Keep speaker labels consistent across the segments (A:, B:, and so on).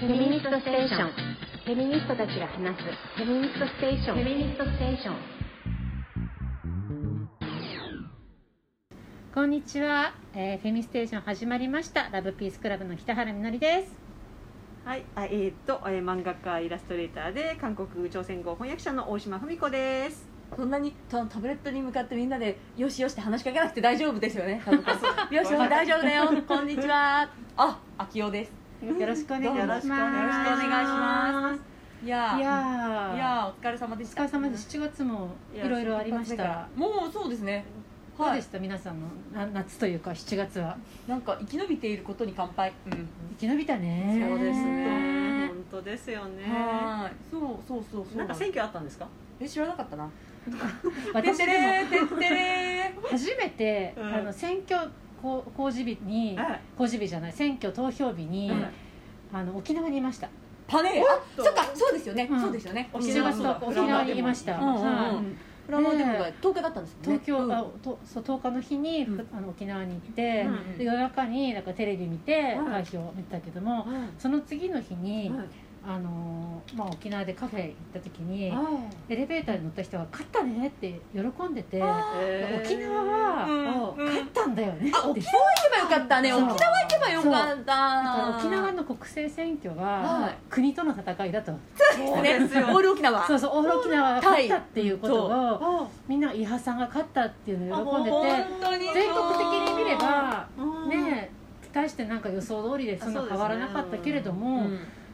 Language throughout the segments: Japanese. A: フェミニストステーションフェミニストたちが話すフェミニストステーションフェミニストステーション
B: こんにちは、えーフェミステーション始まりましたラブピースクラブの北原みのりです
C: はい、あえーっと、えー漫画家イラストレーターで韓国朝鮮語翻訳者の大島文子です。
D: そんなにタタブレットに向かってみんなでよしよしって話しかけなくて大丈夫ですよね。多分 よしよし大丈夫だよ。こんにちは。あ、あきおです。
B: よろしくお願いします
C: よろしくお願
D: いしますいやー
B: い
D: いや
B: やー
D: ーお疲れ様でし
B: お
D: た。
B: 疲れ様です7月も
C: いや
B: いろいろありまし
D: 一発目
B: た
D: がもうそうですね。
B: どう
D: は
B: で
D: い
B: し。た皆さんのな夏というか7月は
D: なんか生き延びていることに乾杯。うん。
B: 生き延びたね
D: そうです
C: ね本当ですよね。
D: はーい。そうそうそうそう。
C: なんか選挙あったんですか？
D: え知らなかったな。
B: 私でも
D: てってれーてってれ
B: 初めて、
C: うん
B: あの選挙こ公示日に
C: はい
B: 公示日じゃない選挙投票日に、
C: うん
B: あの沖縄にいました
D: ー。パネー。あ、
C: と
D: そっかそうですよね。
B: うん
D: そうですよね。
C: 沖
B: 7
C: 縄
B: 月
C: そうだ
B: と沖縄にいました、
C: フ
D: ラワー
B: はい
D: デモにうんうんうんフラワーデモが10日だったんですよね。
B: 東京、
D: うん
B: あとそう10日の日に、ふあの沖縄に行って、
C: うん
B: で夜中になんかテレビ見て
C: うん
B: 開票を見てたけども、
C: うん
B: その次の日に、
C: うん
B: あのーまあ、沖縄でカフェ行った時に、
D: あ
B: エレベーターに乗った人が「勝ったね」って喜んでて、
D: あ
C: えー
B: 沖縄は、
C: うん
B: 勝ったんだよね
D: あ
B: って
D: 沖縄行けばよかったね
B: そう
D: 沖縄行けばよかった
B: だから沖縄の国政選挙
D: は
B: はい国との戦いだと、
C: そう
D: ね
C: ですよ
D: オール沖縄
B: そうそうオール沖縄が勝ったっていうことを
C: あ
B: みんな伊波さんが勝ったっていうのを喜んで
C: あもう
B: て
C: 本
D: 当に
B: 全国的に見れば
C: うん
B: ねえ大してなんか予想通りでそんな変わらなかったけれど
D: う
B: も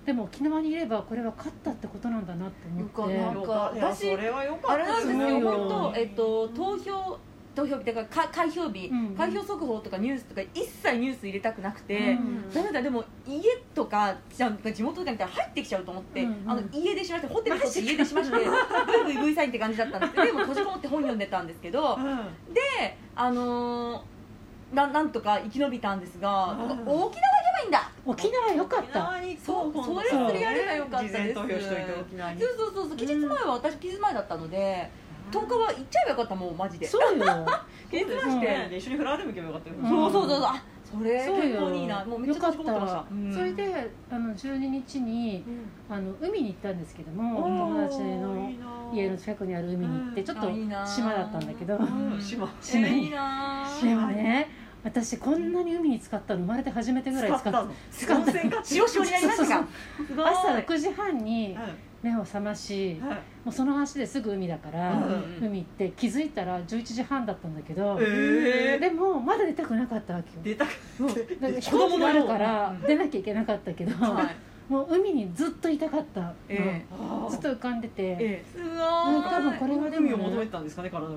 B: で,、
D: ん
B: も沖縄にいればこれは勝ったってことなんだなって思って
D: よかっ
C: よ
D: た
C: かったいや
D: 私
C: それはよか
D: あ
C: っ
D: れな
C: たで
D: んですす
C: ね
D: よ
B: 本
D: 本当えっと投票投票日だからか開票日、
B: うん
D: 開票速報とかニュースとか一切ニュース入れたくなく
B: う
D: て、
B: ん
D: だめだでも家とかじゃ地元とかみたいな入ってきちゃうと思って、
B: うんうん
D: あの家出しましてホテルとして家出しましてブイブイ V サインって感じだったんですけどでも閉じこもって本読んでたんですけど、
C: うん
D: であのーななんとか生き延びたんですが、
C: うん
D: 沖縄行けばいいんだ
B: 沖縄良かっ
C: 沖
B: た
C: 縄に
D: そう
C: 今度
D: それ
B: それ
D: やればよかったです
C: 事前投票しといて沖縄に
D: そうそうそうそう期日前は私期日前だったので10日は行っちゃえばよかったもうマジで
B: そうよ
D: 期日前
B: そう
D: し
B: です
D: て、
C: ね一緒にフラワーでも行けばよかったよ
B: うん
D: そうそうそうそうあそれ
B: そう
D: 結
B: よ
D: 構いいなもうめっ
B: よ
D: ちゃ
B: かっ
D: 楽しかってました
B: それであの12日にあの海に行ったんですけども友達の家の近くにある海に行って
C: うん
B: ちょっと
D: あいいな
B: 島だったんだけど
C: うん島
B: 島
D: いいな
B: でもね私こんなに海に浸かったの生まれて初めてぐらい浸かった
C: の
B: 使った
C: 温泉か
D: 塩塩になりまし
B: そ
D: た
B: う
D: か
B: そうそ
C: すご
B: う
C: い
B: 朝6時半に
C: う
B: 目を覚まし
C: んはい
B: もうその足ですぐ海だから、
C: うん
B: 海行って気づいたら11時半だったんだけど、
C: え
B: でもまだ出たくなかったわけよ
C: 出たく
B: だから
C: 出
B: 飛
C: た
B: 行機があるから
D: うん
B: 出なきゃいけなかったけど、
D: はい
B: もう海にずっといたかったの、
D: え
C: あー
B: ずっと浮かんでて、
C: え
D: すごい
B: 多分これはで
C: 海を
B: も
C: 求め
B: ね
C: てたんですかね体が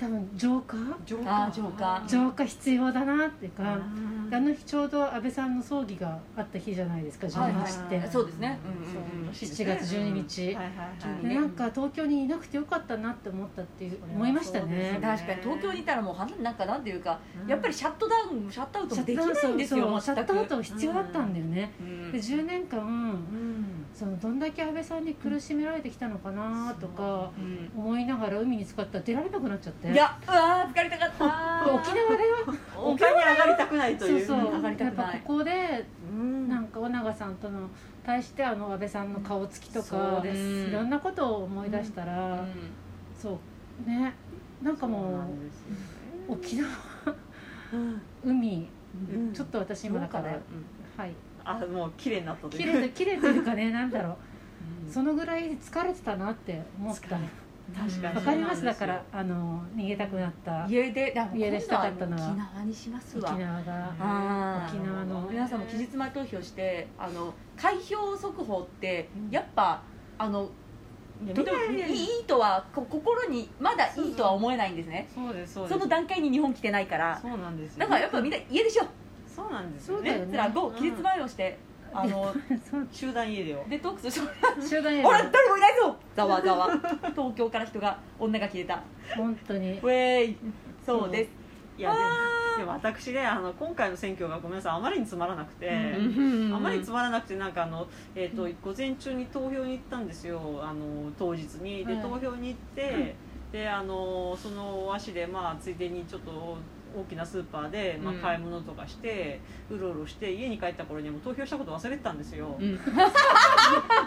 B: 多分浄化
C: 浄
D: あー浄化
B: 浄化必要だなっていうか、
C: うん
B: であの日ちょうど安倍さんの葬儀があった日じゃないですか
D: はい
B: 12
D: は
B: 日って、
D: いそうですねうん
C: そう
D: うんうん
C: そう
B: 7月12日、
C: はいはいはい
B: で
D: ね
B: なんか東京にいなくてよかったなって思ったっていう思いました
C: それはそうです
B: ね
C: ね
D: 確かに東京にいたらもうはなんかなんていうかやっぱりシャットダウンシャットアウト
B: シャッ
D: もでき
B: トアウ
D: ないん
B: ト
D: です
B: そ
D: よ
B: うシャットアウト必要だったんだよね、
D: 全
B: で
D: く
B: 10年
C: う
B: 間
C: ん
B: そのどんだけ安倍さんに苦しめられてきたのかなとか
D: うん
B: 思いながら海に浸かったら出られなくなっちゃって
D: いやうわー疲れたかった
B: 沖縄では
C: 沖縄に上がりたくないと
B: そう
C: いう
B: そう
D: 上がり
B: や
D: た
B: っ
D: く
B: ぱ
D: ない
B: ここで
C: うん
B: なんか尾長さんとの対してあの安倍さんの顔つきと
C: そ
B: か
C: うです
B: いろんなことを思い出した
D: う
B: ら、
D: ん
B: そうねなんか
C: そう
B: も
C: な
B: うん
C: ですよね
B: 沖縄
C: うん
B: 海
C: うん
B: ちょっと私今だから、はい
C: あもう綺麗になったと
B: 切
C: いう
B: れて切れてるかねなんだろ
C: うん
B: うそのぐらい疲れてたなって思った
C: 疲れ確かに
B: わかります
C: そうなん
B: だ
C: です
B: か
C: よ
B: らあの逃げたくなった沖
D: 家で
B: 家出したかったな
D: 今度は沖縄にしますわ
B: 縄が
D: あー
B: 沖縄の
D: 皆さんも期日前投票してあの開票速報って
C: うん
D: やっぱあの
C: いや
D: とても
C: 見たい
D: いいとはこ心にまだいいとは思えないんですね
C: そうですそうです
D: その段階に日本来てないから
C: そうなんですよ
D: だからやっぱみんな家でしょ
C: そうなんですよ
B: そうだ
C: ね
B: よ
D: つら
C: う
D: 5
C: ん
D: 期日前をしてあの
B: そう
C: 集団家出を
D: デトックスして
B: 集団
D: ほら
B: や
D: 誰もいないぞざわざわ東京から人が女が消えた
B: 本当に
D: ウェーイそうです
C: いやででも私ねあの今回の選挙がごめんなさいあまりにつまらなくて、あまりつまらなくてなんかあの、えー、と午前中に投票に行ったんですよあの当日にで
B: はい
C: 投票に行って、であのその足で、まあ、ついでにちょっと大きなスーパーで、まあ
D: うん、
C: 買い物とかして、うろうろして家に帰った頃にはもう投票したこと忘れてたんですよ、
D: うん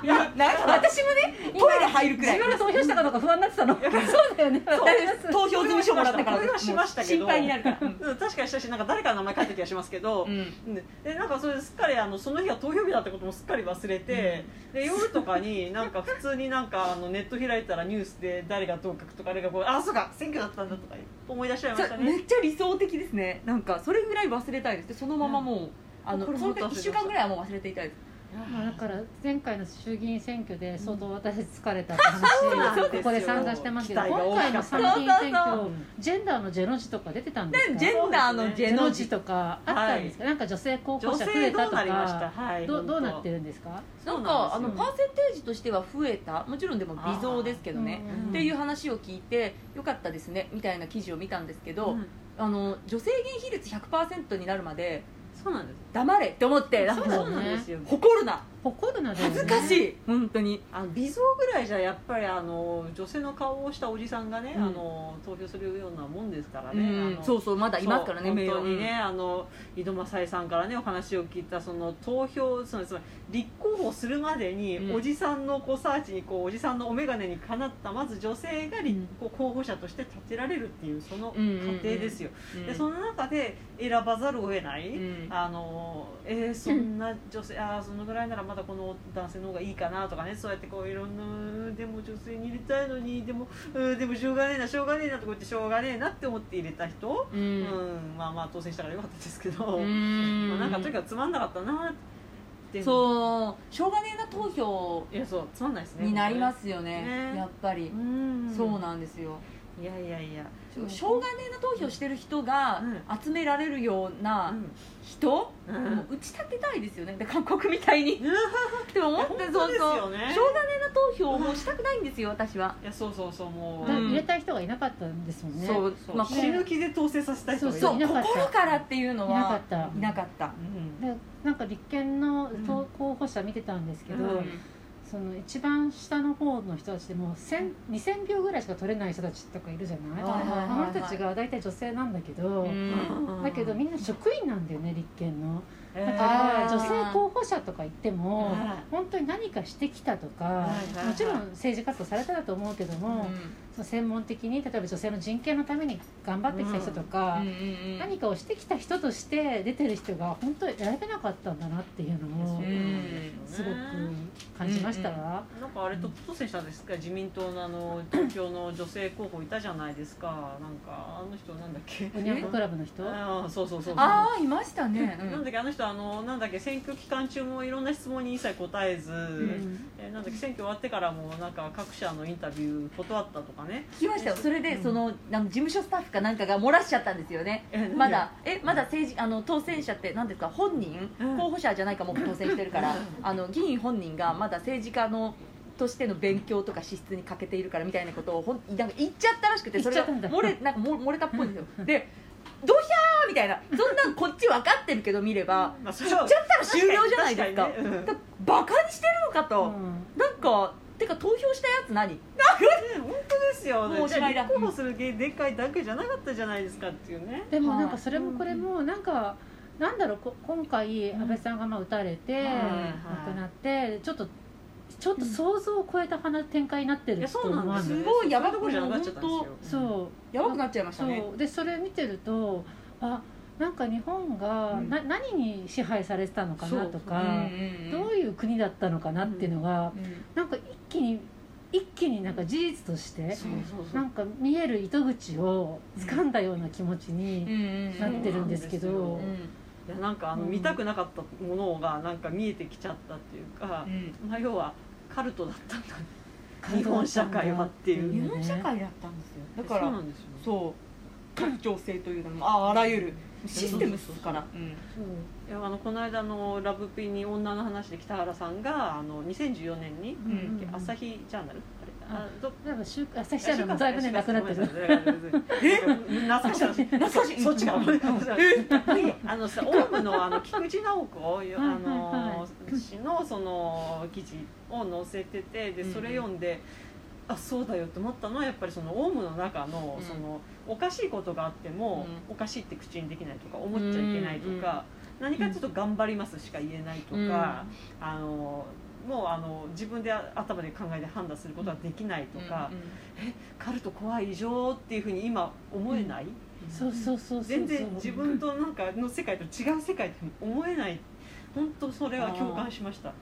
D: いやなんか私もねトイレ入るくらい
B: 自分で投票したかどうか不安になってたの そうだよね
C: そう
D: 大丈夫です投票済み書もらったから
C: これはしましたけど
D: もう心配になるから
C: うん確かにしたしなんか誰かの名前書いた気がしますけど、
D: うん
C: ででなんかそれですっかりあのその日は投票日だってこともすっかり忘れて、で夜とかになんか普通になんかあのネット開いたらニュースで誰がどう書くとかあれがこうあそうか選挙だったんだとか思い出しちゃいまし
D: そ
C: た
D: う
C: ね
D: めっちゃ理想的ですねなんかそれぐらい忘れたいですでそのままもう、あの
C: これ
D: その
C: 本当忘れてま
D: 間1
C: した
D: 週間ぐらいはもう忘れていたいです
B: まあだから前回の衆議院選挙で相当私たち疲れたって話
C: そうなんですよ
B: ここで参加してますけど
C: 期待
B: 今
C: が大
B: 回
C: きか
B: の
C: った
B: 参議院選
D: そう
B: 挙ジェンダーのジェノジとか出てたんですか
D: でジェンダーのジェ
B: ジェ
D: ノ
B: ノ
D: ジ
B: ジとかあったんですか、なんか女性候補
C: 女
B: 者増え
C: 性
B: た
C: ど
B: と
C: うなりました
B: か
C: はい
B: どうどう
C: 本当
B: なってるんですか
D: な
C: そ
D: ん
C: う
D: か
C: な
D: あ
C: ん
D: の
C: ですよ
D: パーセンテージとしては増えたもちろんでも微増ですけどね
B: うん
D: っていう話を聞いてよかったですねみたいな記事を見たんですけど、
C: うん
D: あの女性議員比率100%になるまで
C: そうなんです
D: 黙れって思ってなん
C: そ
D: か
C: う
B: だね
C: なんですよ
D: 誇るな
B: 誇るなだよ
D: 恥
B: ね
D: ずかしい、本当に
C: あの微増ぐらいじゃやっぱりあの女性の顔をしたおじさんがね、
D: うん
C: あの投票するようなもんですから
D: う
C: ね、あ
D: ん
C: の
D: そうそうまだいますからね
C: そう
D: メール
C: 本当にね、あの井戸正恵さんからねお話を聞いたその投票そのつまり立候補するまでに、
D: うん
C: おじさんのこうサーチにこうおじさんのお眼鏡にかなったまず女性が立候候補者として立てられるっていうその過
D: うんうんうん
C: 程ですよ、
D: うん
C: でその中で選ばざるを得ない、
D: うん
C: あのえーそんな女性あーそのぐらいならまだこの男性の方がいいかなとかねそうやってこういろんなうーでも女性に入れたいのにでもうーでもしょうがねえなしょうがねえなとか言ってしょうがねえなって思って入れた人、
D: う
C: うん
D: ん
C: まあまあ当選したからよかったですけど、
D: うん
C: まあ、なんかとにかくつまんなかったなって
D: そうしょうがねえな投票
C: いやそうつまんないですね
D: になりますよね
C: ね
D: やっぱり、
C: うん
D: そうなんですよ
C: いやいやいや
D: しょしょうがねえな投票してる人が集められるような人、
C: うん
D: もう打ち立てたいですよねで韓国みたいにって思って
C: 本
D: そ
C: 当
D: う
C: です
D: そう
C: よね
D: しょうがねえな投票をもうしたくないんですよ私は、
C: いやそうそうそうも
B: だか
C: う、
B: ら
D: うん
B: 入れたい人がいなかったんですもんね
D: そう
C: そう
D: まあ、こ
C: 死ぬ気で当選させたい人がいる
D: そう
B: いなかった
D: 心からっていうの
B: いなか
D: は
B: った
D: いなかった
C: うん
B: でなんか立憲の
C: ん
B: 党候補者見てたんですけど、
C: うん
B: その一番下の方の人たちでもう1000 2000票ぐらいしか取れない人たちとかいるじゃない、
D: はいはいはいはい
B: あの人たちが大体女性なんだけど、だけどみんな職員なんだよね立憲の
C: え
B: だ
C: ー
B: から
D: あー
B: 女性候補者とか言っても
C: はい
B: 本当に何かしてきたとか
C: いはいはい
B: もちろん政治活動されただと思うけども、その専門的に例えば女性の人権のために頑張ってきた人とか、何かをしてきた人として出てる人が本当に選べなかったんだなっていうのを
C: そうなんですよね
B: すごく感じましたわ、
C: なんかあれトップ当選したんですか自民党のあの東京の女性候補いたじゃないですかなんかあの人なんだっけ
B: おにゃんこクラブの人
C: ああそうそうそうそう
D: ああいましたね、う
C: なんだっけあの人あのなんだっけ選挙期間中もいろんな質問に一切答えず、
B: ん
C: えーなんだっけ選挙終わってからもなんか各社のインタビュー断ったとかね
D: 聞きましたよそれで
C: うん
D: そのあの事務所スタッフかなんかが漏らしちゃったんですよね
C: え
D: まだえまだ政治あの当選者って何ですか本人
C: うん
D: 候補者じゃないかもう当選してるからあの議員本人がまだ政治家のとしての勉強とか資質に欠けているからみたいなことをほんなんか言っちゃったらしくてそれが
B: 言っちゃったんだ
D: 漏れなんか漏漏れたっぽいんですよでどうひゃーみたいなそんなんこっち分かってるけど見れば
C: まあそ
D: 言っ
C: れ
D: ちゃ
C: は
D: ったら終了じゃないですか
C: 確にねうん
D: だバカにしてるのか
B: う
D: と、
B: ん
D: なんかてか投票したやつ何
C: ね本当ですよ
D: もうおしまいだ
C: じゃあ立候補するでっかいだけじゃなかったじゃないですかっていうね
B: でもなん
D: は
B: か
D: い
B: それもこれもなんか、なんだろうこ今回安倍さんがまあ撃たれて、
D: はい
B: 亡くなってちょっとちょっと想像を超えた話展開になって
C: い
B: る
C: や
B: と
C: そう
B: 思
C: なん
B: わ
C: で
B: ない
C: すよね
D: すごいや
C: そう
D: ば
C: うところじゃなくなっちゃったんです
B: そ
C: よ
B: う、
D: やばくなっちゃいましたね
B: そうでそれ見てるとあなんか日本が
C: うん
B: な、何に支配されてたのかなと
D: う
B: か
D: んうんうん
B: どういう国だったのかなっていうのが、
D: うん
B: なんか一気に一気になんか事実として
C: そうそうそう
B: なんか見える糸口を掴んだような気持ち
D: う
B: に
D: ん
B: なってるんですけど、
C: そうなんですよ
D: う
C: いや
D: ん
C: なんかあの、
B: うん
C: 見たくなかったものがなんか見えてきちゃったっていうか
D: う、ん
C: まあ、要はカルトだったんだ
B: 感動
C: 日本社会はっていう
D: 日本社会だったんですよだか
C: そう
D: ら
C: なんですよ
D: そう環境性というのもああらゆるシステムですからうん
B: そう
C: いやあのこの間のラブピに女の話で北原さんがあの2014年に、
D: うん
C: なんだっけ朝日ジャーナルあれあど
B: なんか週朝日社のだいぶねなくなってる
C: え懐かしい話懐かしいそっちがあのさオウムのあの菊池直子をあの氏のその記事を載せててでそれ読んで。あそうだよって思ったのはやっぱりそのオウムの中の,、
D: うん
C: そのおかしいことがあっても、おかしいって口にできないとか思っちゃいけないとか、何かちょっと頑張りますしか言えないとか、あのもうあの自分で頭で考えて判断することはできないとか、カルト怖い異常っていうふうに今思えない、
B: そうそうそうそう
C: 全然自分となんかの世界と違う世界って思えない本当それは共感しました。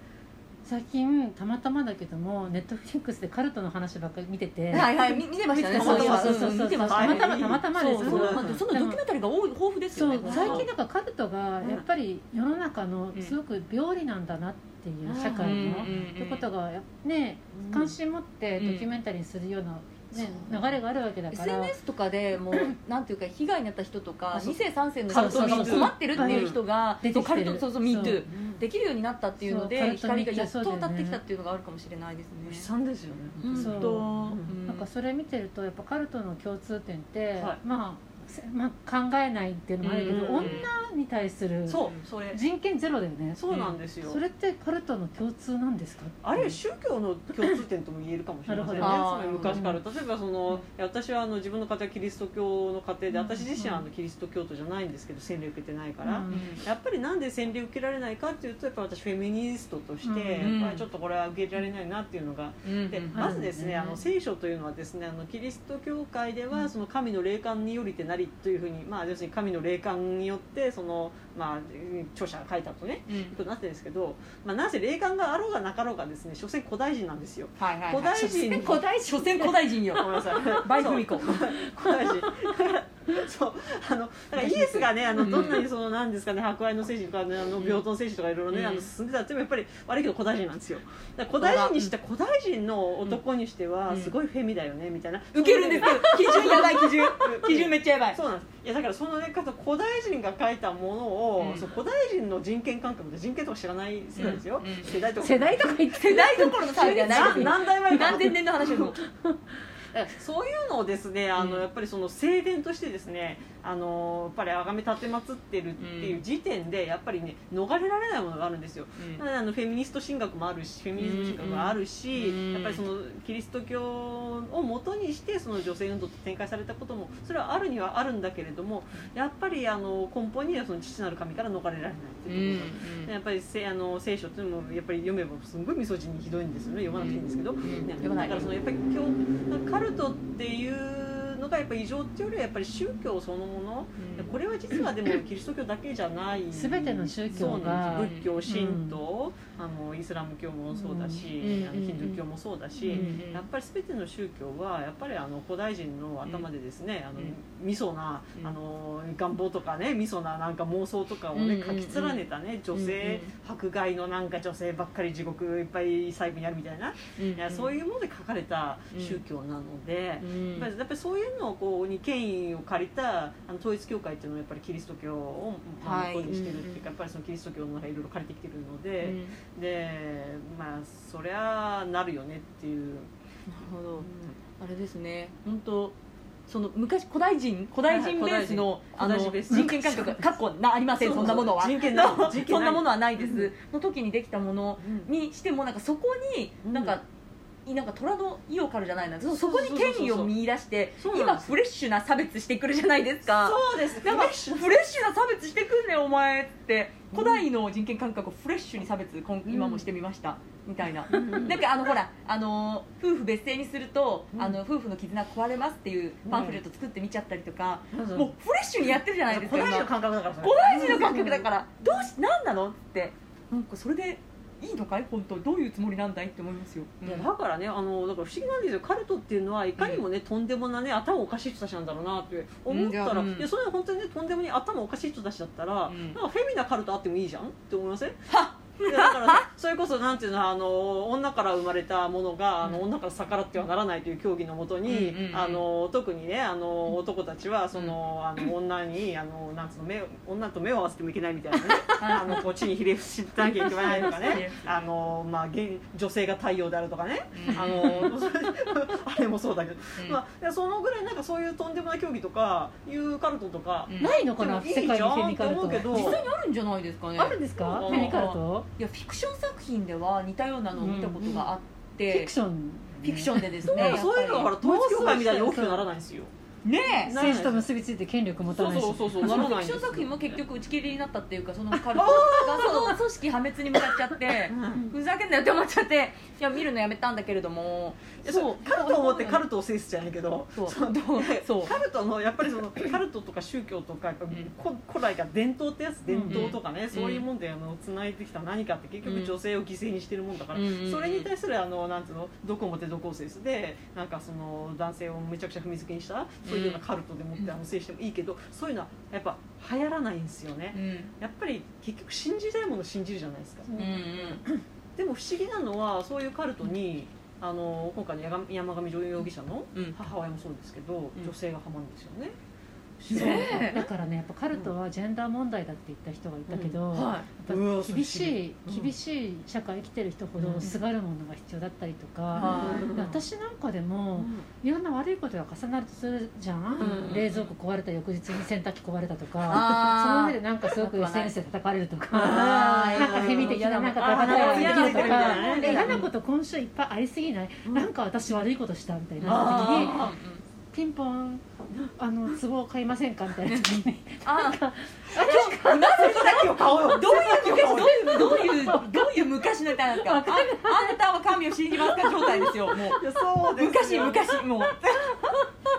B: 最近たまたまだけどもネットフリックスでカルトの話ばっかり見てて
D: はいはい見見てましたね
B: そう
D: いえば
B: そうそうそう
D: うん見てまし
B: たま
D: たたま
B: た
D: た
B: ま
D: ま
B: たまたま
D: そ
B: で
D: う
B: す
D: そ
C: そう
D: うまあそのドキュメンタリーが多い豊富です
B: そ
D: よ
B: う
D: ね
B: そう最近なんかカルトがやっぱり世の中の
C: うん
B: すごく病理なんだなっていう社
D: うん
B: 会のってことがやね関心持って
D: うん
B: ドキュメンタリーにするような、ね
D: そう
B: 流れがあるわけだから
D: SNS とかでもう なんていうか被害になった人とか
C: あそう
D: 2世3世の人
B: そう
D: が
B: そうそう
D: 困ってるっていう人が
B: 出てきてる
D: そうカルトそうそう MeToo
C: で
D: できるようになったっていうの
B: そうカ
D: で
B: ルト Me
D: 光がやっ
B: Too そ
D: と
B: うだよ
D: 当たっ
B: ね
D: てきたっていうのがあるかもしれないです
C: 悲惨
D: ね
C: ですよね。
B: そう
C: 本当
D: うん
B: なんかそれ見てるとやっぱカルトの共通点って、
C: はい
B: まあせまあ、考えないっていうのもあるけど、
C: うん
B: 女に対する
C: そうそれ
B: 人権ゼロだよね
C: そうなんですよ。
B: それってカルトの共通なんですか
C: あれ宗教の共通点とも言えるかもしれませんね。
B: な
D: るほ
C: つ
D: ど
C: まり昔から例えばその私はあの自分の家庭はキリスト教の家庭で私自身はあのキリスト教徒じゃないんですけど洗礼受けてないから。
B: うん
C: やっぱりなんで洗礼受けられないかっていうとやっぱり私フェミニストとして、
D: うん
C: やっぱりちょっとこれは受けられないなっていうのが
D: うん
C: で
D: うん
C: まずですね
B: うん
C: あの聖書というのはですねあのキリスト教会ではその神の霊感によりてなりというふうに、まあ、要するに神の霊感によってその、まあ、著者が書いたとねいうことになってるんですけど、まあ、なぜ霊感があろうがなかろうがですね所詮古代人なんですよ。
D: はいはい
C: 古代人
D: はい古代所詮古代人よ
C: ごめんなさい
D: バイフミコ
C: そう古代人 そうあのだからイエスがねあの
D: うん
C: どんなにそのなんですかね博愛の精神とか、ね、あの平等の精神とかいろいろね、
D: うん
C: あの進んでたってもやっぱり悪いけど古代人なんですよだから古代人にして古代人の男にしては
D: うん
C: すごいフェミだよねみたいな
D: 受けるんですけど基準やばい基準 基準めっちゃやばい
C: そうなんですいやだからそのねかつ古代人が書いたものを、
D: うん
C: そう古代人の人権感覚で人権とか知らない世代ですよ、
D: うんうん
C: 世代とか
B: 世代とか言って
D: 世代どころの騒ぎではないです
C: な
D: よ
C: 何代前か
D: 何千年の話も
C: そういうのをですねあの、
D: うん
C: やっぱりその正殿としてですねあのやっぱり崇め立てまつってるっていう時点で、やっぱりね逃れられないものがあるんですよなのであのフェミニスト神学もあるしフェミニズム神学もあるし、
D: うん
C: やっぱりそのキリスト教を元にしてその女性運動って展開されたこともそれはあるにはあるんだけれどもやっぱりあの根本にはその父なる神から逃れられないっていうところやっぱりせあの聖書っていうのもやっぱり読めばすんごいミソジにひどいんですよね読まなくていいんですけど、
D: ん
C: ね
D: 読まない
C: だからそのやっぱり教カルトっていうのがやっぱり異常っていうよりはやっぱり宗教そのもの、
D: うん
C: これは実はでもキリスト教だけじゃない
B: 全ての宗教が
C: そうなんです仏教神道、あのイスラム教もそうだし、
D: うん
C: あのヒンドゥー教もそうだし、
D: うん
C: やっぱり全ての宗教はやっぱりあの古代人の頭でですね、あの
D: うん
C: みそな、
D: うん
C: あの願望とかねみそななんか妄想とかをね、
D: うんうんうん
C: 書き連ねたね女性、迫害のなんか女性ばっかり地獄いっぱい細部にあるみたいな、いやそういうもので書かれた宗教なので。やっぱりやっぱりそういうのをこうに権威を借りたあの統一教会っていうのはやっぱりキリスト教をまあ
D: はい
C: 元にしてるっていう
D: うんうん
C: かやっぱりそのキリスト教の中いろいろ借りてきてるので、でまあそりゃなるよねっていう、
D: なるほどあれですね本当その昔古代人古代人ベース
C: はい
D: の,、
C: はい
D: あ
C: 古代人
D: の
C: ベース
D: 人権感 覚かっこなありません
C: そうそ
D: そ
C: うん
D: なものは
C: 人権ない人権ない
D: そんなものはないです、
C: うん
D: の時にできたもの
C: うん
D: にしてもなんかそこに
C: うん
D: なんか、なんか虎の意を狩るじゃないなそ
C: そう
D: そ
C: そう
D: こ
C: そう
D: に
C: そう
D: 権威を見出して
C: そうなん
D: 今
C: です
D: フレッシュな差別してくるじゃないですか
C: そうです
D: なんか
C: フレッシュな
D: フレッシュな差別してくんねお前って古代の人権感覚をフレッシュに差別こん今もしてみました、みたいななんかあのほらあの夫婦別姓にすると、
C: うん
D: あの夫婦の絆壊れますっていうパンフレット作ってみちゃったりとか、
C: うん
D: もうフレッシュにやってるじゃないですか
C: 古代人
D: 今
C: の感覚だからそれ
D: 古代人の感覚だからどうし何なのってなんかそれでいいのかい本当どういうつもりなんだいって思いますよ、
C: いやだからねあのだから不思議なんですよカルトっていうのはいかにもね、とんでもなね頭おかしい人たちなんだろうなって思ったら、
D: うんいやうん
C: いやそれは本当にねとんでもに頭おかしい人たちだったら、
D: うん
C: なんかフェミなカルトあってもいいじゃんって思いません
D: はい
C: やだからね、それこそなんていうのあの女から生まれたものがあの
D: うん
C: 女から逆らってはならないという教義のもとに、
D: うんうんうん
C: あの特にねあの男たちはその、あの女にあのなんつうの目を女と目を合わせてもいけないみたいなねあのこっちにひれ伏してなきゃいけないとかねあのまあ現女性が太陽であるとかねあのあれもそうだけど、
D: うん
C: まあ、そのぐらいなんかそういうとんでもない競技とかいうカルトとか、
D: うん
B: ないのかな
C: でもいい
B: 世界にフェミカル
C: じゃんって
B: ト
C: 思うけど
D: 実際にあるんじゃないですかね
B: あるんですか
C: うん
B: フェミカルト
D: いやフィクション作品では似たようなのを見たことがあっ
B: フィ
D: て
B: クション
D: フィクションでです
C: なん
D: ね
C: かそういうのがほら統一教会みたいに大きくならないんですよ
D: ねえ
C: ならない
B: 政治と結びついて権力持た
C: そう
B: ないし
C: そうそうそう
D: そ
C: な
D: の
C: らない
D: フィク
C: んで
D: ション
C: すよ
D: 作品も結局打ち切りになったっていうかそのカルトがその組織破滅に向かっちゃって
C: うん
D: ふざけんなよって思っちゃっていや見るのやめたんだけれども
C: いやそうカルトを持ってカルトを制すじゃないけど
D: そう
C: その
D: そう
C: カルトのやっぱりそのカルトとか宗教とか、こ古来が伝統ってやつ伝統とかね、そういうもんであの繋いできた何かって結
D: う
C: 局
D: ん
C: 女性を犠牲にしてるもんだから、
D: うん
C: それに対するあのなんつうのどこもてどこを制すでなんかその男性をめちゃくちゃ踏みつけにしたそういうようなカルトでもってあの制してもいいけどそういうのはやっぱ流行らないんですよね
D: う。ん
C: やっぱり結局信じたいものを信じるじゃないですか。
D: うんうん
C: でも不思議なのはそういうカルトに、あの今回の山山上容疑者の
D: うん
C: 母親もそうですけど、
D: ん
C: 女性がハマるんですよね。
D: ねえ
B: だからねやっぱカルトはジェンダー問題だって言った人がいたけど、やっ
D: は
B: ぱ
C: うわ
B: 厳しい
C: それ知る
B: 厳しい社会生きてる人ほ
C: う
B: ど
C: ん
B: すがるものが必要だったりと
D: い
B: か、
D: は
C: うん
B: で私なんかで
C: う
B: も、
C: ん
B: いろんな悪いことが重なるとするじゃん、
D: うん
B: 冷蔵庫壊れた翌日に洗濯機壊れたと
D: あ
B: か
D: ー
B: その上でなんかすごく
D: よくはない
B: SNS で叩かれるとか。
C: あー
B: なんかフェミ的ななんか
C: あ
B: 戦
C: ー
B: いができると
C: 嫌な
B: か
C: こと
B: 嫌なこと今週いっぱいありすぎない、
C: うん
B: なんか私悪いことしたみたい
D: い
B: な時に
D: あ
B: ピンポンあの壺を買いませんかみたいな時に
D: ーあー
C: うなずきだけを買お うよ。
D: どういう昔どういうどういうどういう昔の歌なんですかああんたは神を信じますか状態ですよもう
C: いやそうです
D: 昔
C: よ
D: 昔 もう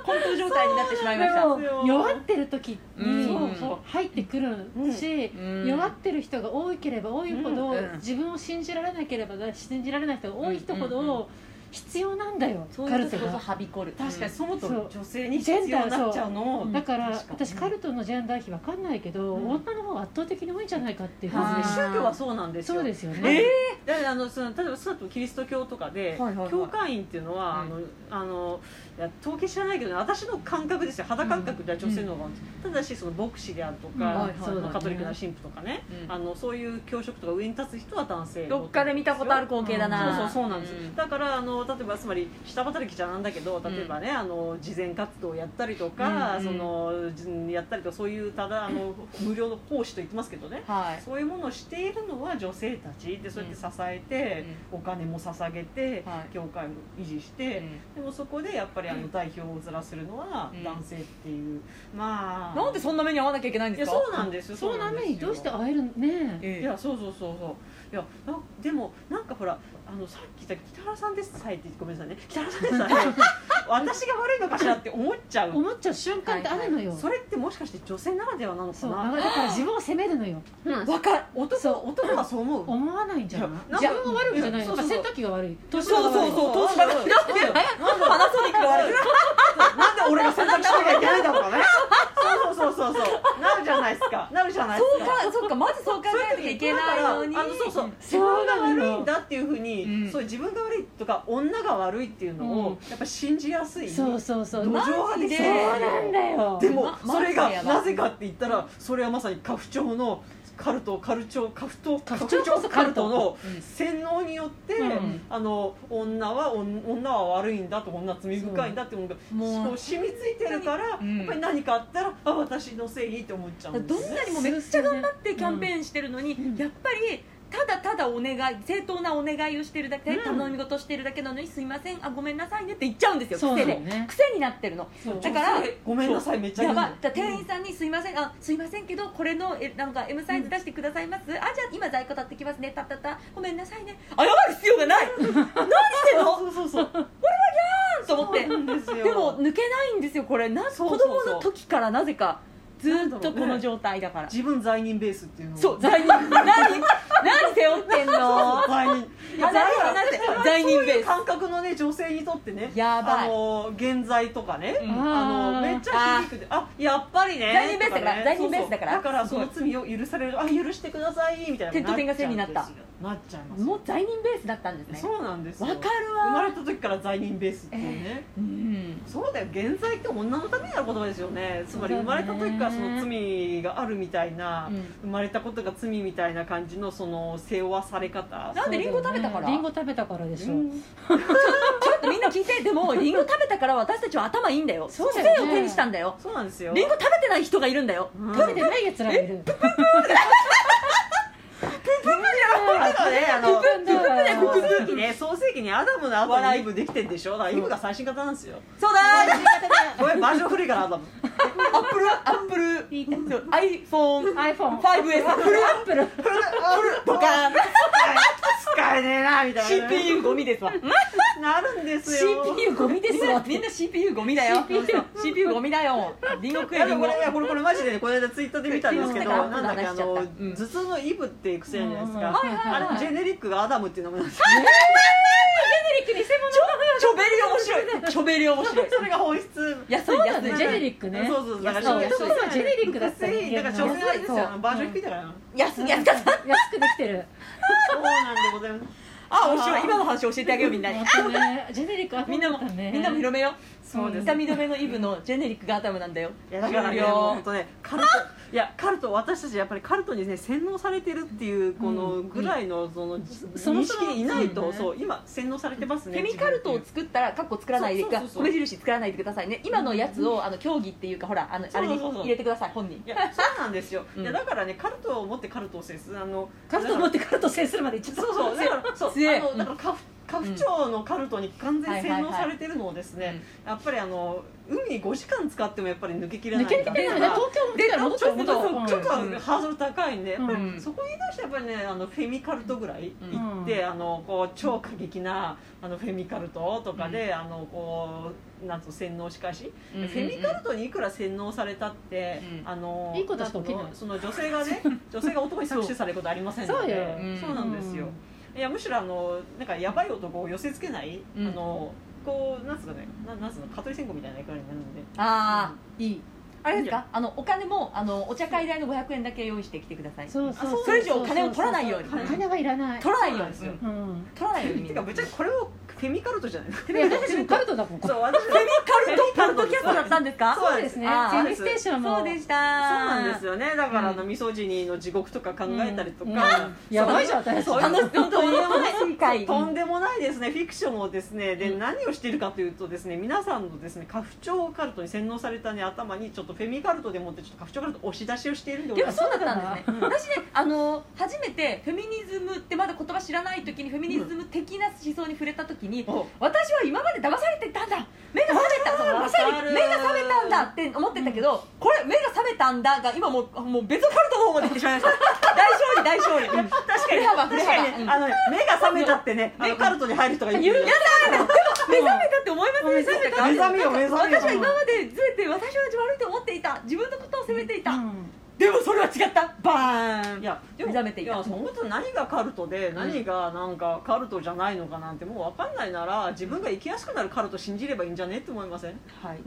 D: 混沌状態になってしまいました
B: で
D: う
B: も弱ってる時に
D: うん
B: そう入ってくるし、
D: うん
B: 弱ってる人が多ければ多いほど、
D: うん
B: 自分を信じられなければ信じられない人が多い人ほ
D: うんうんうん
B: ど必要なんだよ、
D: そう
B: カ
D: いう
B: ル
D: 時
B: ト
D: こそ
B: が。
D: はびこる
C: 確かにそもそ
B: そ
C: も
B: う
C: 女性に必要になっちゃうのを。
D: ジェンダーそう
B: だから
D: 確かに
B: 私カルトのジェンダー比わかんないけど、
C: うん
B: 女の方が圧倒的に多いんじゃないかっていう
C: まずね
B: 感じで
D: あー
C: 宗教はそうなんですよ。
B: そうですよね、
C: えーだからあのその例えば少なくともキリスト教とかで、
D: はいはいはい
C: 教会員っていうのは、
D: うん
C: あのあのいや統計知らないけど、ね、私の感覚ですよ肌感覚では女性の方が多いんです、ただしその牧師であると
B: うん
C: か、
D: はいはい
C: まあカトリックな神父とかね、
D: うん
C: あのそういう教職とか上に立つ人は男性
D: どっかで見たことある光景だな
C: そうそうそうなんです、
D: うん
C: だからあの例えばつまり下働きじゃなんだけど例えばね、あの慈善活動をやったりとか、
D: うん
C: そのじやったりとかそういうただあの無料の奉仕と言ってますけどね
D: はい
C: そういうものをしているのは女性たちでそうやって支えて、お金も捧げて、
D: はい
C: 教会も維持し
D: う
C: て、
D: ん
C: でもそこでやっぱりあの代表をずらするのは
D: うん
C: 男性っていう、まあ
D: なんでそんな目に遭わなきゃいけないん
C: い
D: で
C: や
D: すか
C: そうなんですよ
B: そんな目にどうして
C: あ
B: 会えるね
D: え
C: い
D: え
C: やそうそうそうそういやなでもなんかほらあのさっき言った北原さんですさえってごめんなさいね北原さんですさ え私が悪いのかしらって思っちゃう
B: 思っちゃう瞬間ってあるのよ、
C: それってもしかして女性ならではなのか
B: そう
C: な
B: だから自分を責めるのよ
D: わかる
C: 男
B: そう
C: 男はそう思う
B: 思わないんじゃない
C: いや
B: 自分が悪いじゃないの
C: いやそうそう
B: 洗濯機が悪い
C: そう
B: 年が
C: そ
B: 悪
C: う
B: い
C: そうそう投資がなんで
D: パナソニックが悪い
C: なんで俺が選択しなきゃいけないんだろうねそうそうそうそうそうなるじゃないですかなるじゃないで
D: そう
C: すか
D: かそうかまずそう考えなきゃいけないのに
C: だからあのそうそう自
B: そう
C: 分
B: な
C: が
B: のよ
C: 悪いんだっていうふうに、
D: うん
C: そう自分が悪いとか女が悪いっていうのを、
B: うん
C: やっぱ信じやすい
B: そうそうそう
C: 土壌
B: な
C: 派ですよ
B: そうなんだよ
C: でも、
D: ま
C: それ
D: まず
C: が
D: やばい
C: なぜかって言ったらそれはまさに家父長のカルトカルチョカフト
B: 家父長こそ
C: カルトの
D: うん
C: 洗脳によって、
B: うん
C: あの女は女女は悪いんだと女は罪深いんだってものが
D: もう
C: そう染みついてるから、
D: うん
C: やっぱり何かあったらあ私の正義って思っちゃうんで
D: ど
C: す
D: ん
C: ね
D: なにもめっちゃ頑張ってキャンペーンしてるのに、
B: ん
D: やっぱりただただお願い正当なお願いをしてるだけ、
B: うん
D: 頼み事してるだけなのにすいませんあごめんなさいねって言っちゃうんですよ
B: そう
D: 癖
B: だ
D: で、
B: よね
D: 癖になってるの
B: そう
D: だから
C: ごめんなさいめっちゃ
D: や
C: 言うんだ
D: ば
C: よ
D: いだから店員さんに「すいませんあすいませんけどこれのえなんか M サイズ出してくださいます、あじゃあ今在庫立ってきますねたったったごめんなさいね謝る必要がない何してんの
C: そうそうそうそう
D: と思って
C: なんですよ
D: でも抜けないんですよこれな
C: そうそうそう
D: 子供の時からなぜかずーっとこの状態だから、
C: 自分罪人ベースっていうのを
D: そう罪人何何背負ってんの
C: 罪人いや
D: 罪
C: 罪
D: 人
C: 人
D: なんて罪人ベース
C: 感覚のね女性にとってね
D: やば
C: あ
D: い
C: の現在とかね、
D: うん
C: あの
B: あー
C: めっちゃ響くであやっぱりね
D: 罪人ベースだから
C: とね
D: 罪人ベースだか
C: そうそう
D: ら
C: だからその罪を許されるあ許してくださいみたいな
D: 点と点が線になった
C: なっちゃいます
D: もう罪人ベースだったんですね
C: そうなんですよ
D: わかるわ
C: 生まれた時から罪人ベースっていうね、
D: うん
C: そうだよ現在って女のためになる言葉ですよねつまり
B: そう
C: 生ま
B: だ
C: れ
B: ね
C: た時からその罪があるみたいな、
D: うん
C: 生まれたことが罪みたいな感じのその背負わされ方
D: なんでリンゴ食べたから
B: リンゴ食べたからでしょ、
C: うん
D: ちょっとみんな聞いてでもリンゴ食べたから私たちは頭いいんだよ
B: そうだよね
D: 知性を手にしたんだよ
C: そうなんですよ
D: リンゴ食べてない人がいるんだよ
C: うん
B: 食べてないやつらがいる
C: ねあの
B: プププだよ
C: プププ世紀ね創世紀にアダムの後にイブできてんでしょだからイブが最新型なんですよ
D: そうだー
C: これバージョン古いからアダム
D: アップルアップル iPhone5S
B: iPhone
D: アップル
B: アップル
C: ドカーン使えねえなみたいな
D: CPU ゴミですわ
C: なるんですよ
B: CPU ゴミですわって
D: みんな CPU ゴミだよ CPU ゴミだよリンゴ食
C: い
D: え
C: やで
D: リン
C: も
D: ゴ
C: これいやこれこれマジでねこの間ツイッターで見たんですけど
D: ツイッターで
C: なんだっけあの
D: 話しちゃったうん
C: 頭痛のイブっていう薬あるじゃないです
B: うん
C: か
B: はい
D: はいはい
C: あれジェネリックがアダムっていう名前なんです よ
B: ジェネリック
D: ちょべり面白いちょべり面白い
C: それが本質
D: 安
B: 偽
D: い
B: 物
D: 安
B: そうだね
D: い
B: ジェネリックね
C: そうそうだから
B: そうそうそうジェネリックだった
C: 安いだから
B: そう
C: 女性ですよバージョン低いだから
D: 安い安かった
B: 安くできてる
C: そうなんでございます
D: あ面白い今の話教えてあげようみんなに
B: 本当ねジェネリックあ
D: みんなも
B: ね
D: みんなも広めよ
C: そうです
D: 痛み止めのイブのジェネリックがアダムなんだよ
C: いやだから
D: 終
C: ね
D: 了
C: 本当ねカルトいやカルト私たちやっぱりカルトにね洗脳されてるっていうこのぐらいのそ
B: そ
C: の
B: も
C: 認
B: そも
C: 識いないと
B: うんね
C: そう今洗脳されてますね
D: ケミカルトを作ったら、かっこ作らないで
C: そう
D: か
C: そうそう、そう
D: 米印作らないでくださいね。今のやつを、あの競技っていうか、ほら、あの、
C: そ
D: あ
C: う
D: れ
C: そう
D: に
C: そうそう
D: 入れてください、本人
C: い。やそうなんですよ、
D: うん
C: いやだからねカルトを持ってカルトを制すあの
B: カルト持ってカルト制するまでいっちゃった
C: そうそうだからそう
D: 強い
C: あのだから家父家父長のカルトに完全に洗
D: うん
C: 脳されてるのをですね、
D: はいはい
C: やっぱりあの海5時間使ってもやっぱり抜けきれない
B: 抜けてるよね
C: だから
B: 東京持ってきたら戻っ
C: ち
B: ち
C: ょ
B: ゃ
C: っ
B: う
C: と
B: もん
C: ち
B: だ
C: ょっと
D: うん
C: ハードル高いんで、やっぱり
D: うん
C: そこに対してやっぱりねあのフェミカルトぐらい
D: うん
C: 行って、あのこう超過激なあのフェミカルトとかで、あのこうなんと洗脳しかし、
D: うんうんうん
C: フェミカルトにいくら洗脳されたって、
D: うん
C: あの
B: いいことしか起きない
C: そのその女性がね女性が男に搾取されることありません
B: そ
C: ので
B: うよ
D: うん
C: そうなんですよ、いやむしろあのなんかやばい男を寄せつけない、
D: うん
C: あのこうなんつうかねななんつうの蚊取り線香みたいな役割になるんで
D: ああ、いい。あれです
C: いい
D: か、あの、お金も、あの、お茶会代の500円だけ用意してきてください。取
B: そうそう
C: あそれ以
D: 上お金を取らないように
B: そそそお金はいらない
D: らな
C: そう
D: いように。
C: なんです
D: 取
C: よ
B: うん
D: らないように。み
C: て
D: んな
C: かぶっちゃけこれをフェミカルトじゃないの
B: いや私もカルトだもん
C: そう私フェミ
D: カルトパルトキャストだったんですか。
C: そう
B: そうですね「
D: あー
B: ジェミステーション」も
D: そうでした。そう
C: そうなんです
D: よ。
C: よねだからあのミソジニーの地獄とか考えたりとか、
B: うんやばいじゃん私
C: そう
D: 楽しい、本当に楽しい会。
C: とんでもないですねフィクションをですねで、
D: うん
C: 何をしているかというとですね皆さんのですね家父長カルトに洗脳されたね頭にちょっとフェミカルトでもってちょっと家父長カルト押し出しをしているんで
D: でも
C: ございます
D: そうだったんですね私ねあの初めてフェミニズムってまだ言葉知らない時にフェミニズム的な思想に触れた時に、
C: お
D: 私は今まで騙されてたんだ目が覚めたそのまさに
C: わかる
D: 目が覚めたんだって思ってたけど、これ目が覚めたんだが今もうもう別のカルトの方まで行ってしま いました大勝利大勝利、確かに幅振れ
C: 確か
D: 幅
C: に
D: う
C: ね
D: ん
C: あのね目が覚めたってねあのカルトに入る人がいる
B: 言う
C: よ
B: よ
C: ね
D: 目覚めたって思いませんでしたか
C: 目覚めよ目覚めよ
D: 私は今までずれて私は悪いと思っていた自分のことを責めていた、
B: うん
D: でもそれは違ったバーン
C: いやで
D: 目覚めていた
C: や本当何がカルトで何がなんかカルトじゃないのかなんてもう分かんないなら自分が生きやすくなるカルト信じればいいんじゃねって思いません、
D: はい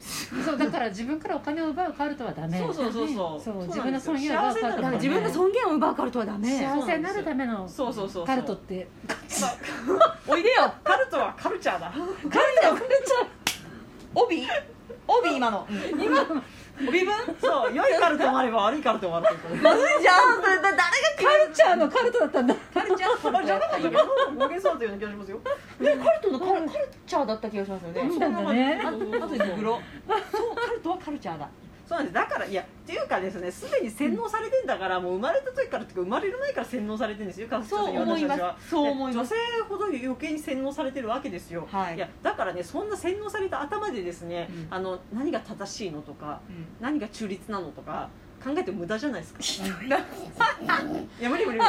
B: そうだから自分からお金を奪うカルトはダメ
C: そうそうそうそう
B: そう
C: そ
B: 自
C: うなん
B: 分
C: で
B: の
C: すよ
B: 尊厳を奪うカルト
D: だから
B: は
D: 自分の尊厳を奪うカルトはダメ
B: 幸せになるための
C: そうそうそうそう
B: カルトって
D: おいでよ
C: カルトはカルチャーだ
D: カルトカルト帯帯今の今帯分
C: そう良いカルトもあれば悪いカルトもあるってこと
D: まずいじゃんそれだ誰が
B: カルチャーのカルトだったんだ
D: カルチャー
C: あじゃなかったか語源そうというような気がしますよ
D: カルトのカルカルチャーだった気がしますよね
B: そうなんだね
D: ああとでグロそうカルトはカルチャーだ
C: そうなんですだからいやっていうかですねすでに洗脳されてんだから、もう生まれた時からっていうか生まれる前から洗脳されてんですよカルチャーに
D: そう思い
C: 私
D: ます
C: たちは
D: そう思います
C: で女性ほど余計に洗脳されてるわけですよ、
D: はい
C: やだからねそんな洗脳された頭でですね、
D: うん
C: あの何が正しいのとか何が中立なのとか考えても無駄じゃないですかいや無理無理無理
D: あ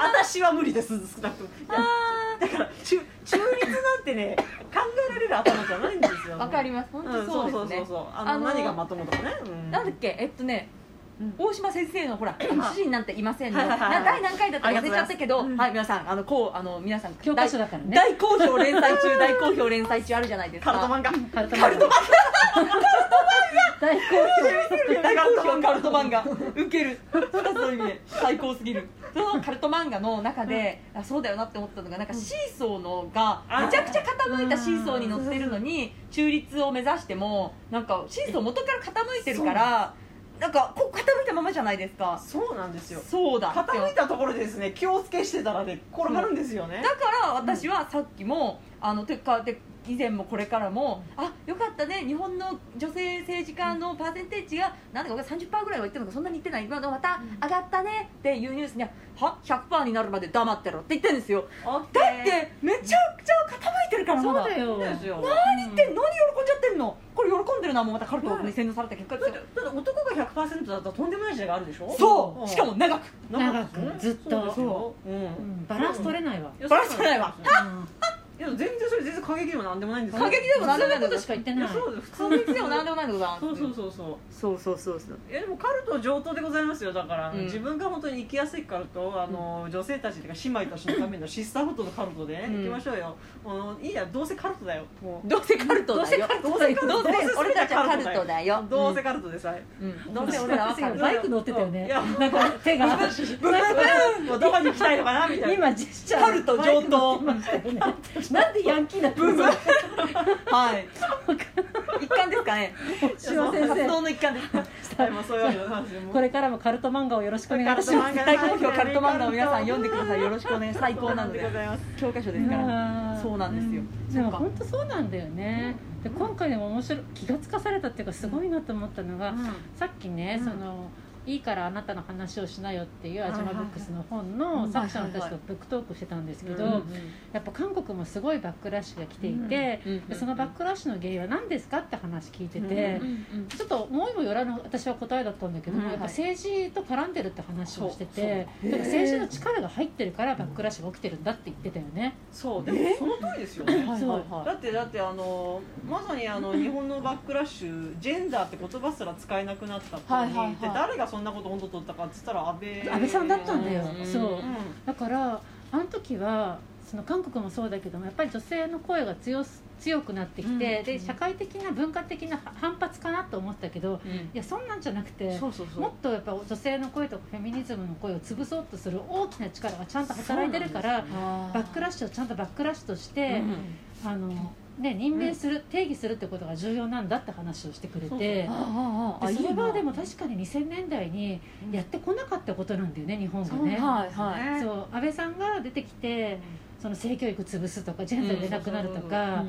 D: ー
C: 私は無理です少なくともいや
D: あ
C: だから中中立なんてね考えられる頭じゃないんですよ
D: ーわかり
C: ま
D: ます本
C: う
D: 当
C: ん、そうそ
D: そう
C: うそ
D: です
C: う
D: ね
C: そうあの、
D: あの
C: 何がまともとかね、うん、
D: なんだっけえっとね
C: うん
D: 大島先生のほら主人なんていませんの
C: はいはいはいは
D: ない第何回だったか忘れちゃったけど、
C: ありがとうご
D: はい皆さんあのこうあの皆さん
B: 教科書だからね
D: 大好評連載中大好評連載中あるじゃないです
C: カ
D: か
C: ルト漫画
B: カルトカルト大好
D: 大好評カルト漫画ウケるそういう意味で最高すぎるそのカルト漫画の中で、あそうだよなって思ったのがなんかシーソーのが
C: あ
D: めちゃくちゃ傾いたシーソーに乗ってるのに中立を目指してもなんかシーソー元から傾いてるからなんかこう傾いたままじゃないですか
C: そうなんですよ
D: そうだって
C: 傾いたところでですね気をつけしてたらね転がるんですよね
D: だから私はさっきも、あのてかて以前もこれからも、あよかったね日本の女性政治家のパーセンテージがなんだか30%ぐらいは言ってるのかそんなに言ってない今のまた上がったねっていうニュースにはは100%になるまで黙ってろって言ってるんですよ
C: だっ
D: だってめちゃくちゃ傾いてるから
B: そ
D: ま
B: う
D: だ
B: だよ
C: ですよ
D: 何言ってんの何喜んじゃってんのこれ喜んでるなもうまたカルトに洗脳された結果です
C: だっ
D: よ
C: てだって男が100%だったらとんでもない時代があるでしょ
D: そう
C: うん
D: しかも長く
C: 長く
B: 長くずっと
C: そうですよ
B: う
C: うん
B: んバランス取れないわ、
C: いや
D: バランス取れないわ
C: いや全然それ全然過激でもなんでもないんですよ
D: 過激でもなんでもないんだ
B: ことしか言って
C: い
B: な
C: や
B: い
C: そうです普
D: 過
C: 通
D: 激でも何でもないんだけどな
C: そうそうそうそう
D: そうそうそうそう
C: いやでもカルト上等でございますよだから、
D: うん
C: 自分が本当に生きやすいカルトをあの、女性たちというか姉妹たちのためのシスターフッドのカルトでね、
D: うん
C: 行きましょうよもういいやどうせカルトだよもう
D: どうせカルトだ
C: どうせ
D: よ
C: カルト
D: どうせ
C: どうせ
D: 俺たちはカルトだよ
C: どうせカルトでさえ、
D: うんどうせ俺らはカ ルト
B: バイク乗ってたよね
C: いや
B: なんか手が
C: ブブブーもうどこに行きたいのかなみたいな
B: 今ジェスチャー
D: カルト上等
B: なんでヤンキーだったの
D: はい一環ですかね
B: 千代先
D: 活
B: 生
D: 動の一環です
C: はいまあそういうわけでございますよもう
B: これからもカルト漫画をよろしくお願いいたし
C: カ
B: ま
C: ルト漫画
D: 大好評カルト漫画を皆さん読んでくださいよろしくお願い最高なので
C: ございます
D: 教科書ですから
B: す
D: そうなんです
B: で
D: よ
B: も
D: そっか
B: 本当そうなんだよねで今回でも面白い気がつかされたっていうかすごいなと思ったのが、さっきね、
C: うん
B: そのいいからあなたの話をしなよっていうアジマブックスの本
C: はいは
B: の
C: い
B: 作者の人たちとブックトークしてたんですけど、
C: うんうん
B: やっぱ韓国もすごいバックラッシュが来ていて、
D: うんうん
B: でそのバックラッシュの原因は何ですかって話聞いてて、
C: うん
B: ちょっと思いもよらぬ私は答えだったんだけども、
C: うん
B: やっぱ政治と絡んでるって話をしてて
D: そうそう
B: だから政治の力が入ってるからバックラッシュが起きてるんだって言ってたよね。
C: そうでもその通りですよね
D: はいはいは
C: だってだってあのまさにあの日本のバックラッシュジェンダーって言葉すら使えなくなったって、
D: はいはいはい
C: で誰がそんなこと本当取ったかっつったら安倍
B: 安倍さんだったんだよ、
D: うん
B: そう
C: うん
B: だからあの時はその韓国もそうだけどもやっぱり女性の声が強す強くなってきて、
C: うん
B: で社会的な文化的な反発かなと思ったけどいやそんなんじゃなくて
C: そうそうそう
B: もっとやっぱ女性の声とかフェミニズムの声を潰そうとする大きな力がちゃんと働いてるから、
C: そうなんですよ
B: バックラッシュをちゃんとバックラッシュとして、
C: うん
B: あのね、任命する、定義するってことが重要なんだって話をしてくれ
C: そう
B: て。
D: ああああ
B: でそれはでも
D: 確
B: 確かに2000年代にやってこなかったことなんだよね日本が
D: かに
B: ね。
D: はいはい
C: ね
B: そう安倍さんが出てきてその性教育潰すとかジェンダー入れなくなるとか、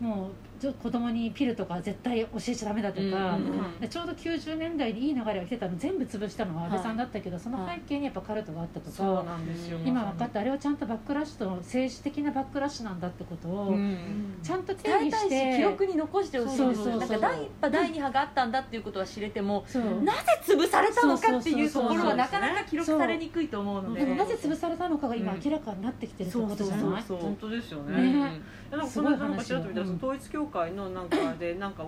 B: もうじょ子供にピルとか絶対教えちゃダメだとか、
D: うん
C: うん
B: でちょうど90年代にいい流れが来てたの全部潰したのは安倍さんだったけど、その
D: は
B: 背
D: い
B: 景にやっぱカルトがあったとか、
C: そうなんですよ
B: 今分かったあれはちゃんとバックラッシュと政治的なバックラッシュなんだってこと
D: う
B: を
D: ん
B: ちゃんと定
D: 伝え
B: 義
D: た
B: し
D: い
B: て、
D: し記録に残してほしい
B: そう
D: です
B: そうそう
D: なんか第一波第二波があったんだっていうことは知れても
B: そう
D: なぜ潰されたのかっていう
B: そ
D: と
B: うそうそうそう
D: ころはなかなか記録されにくいと思うの
B: で
D: で
B: もなぜ潰されたのかが今
D: うん
B: 明らかになってきてるってことじゃない、
D: そう
C: 本当ですよね
B: ね
C: なんか
B: すご
C: こ
B: い
C: の間なんかちらっと見たら
B: 話よ
C: その統一教会のなんかでなんか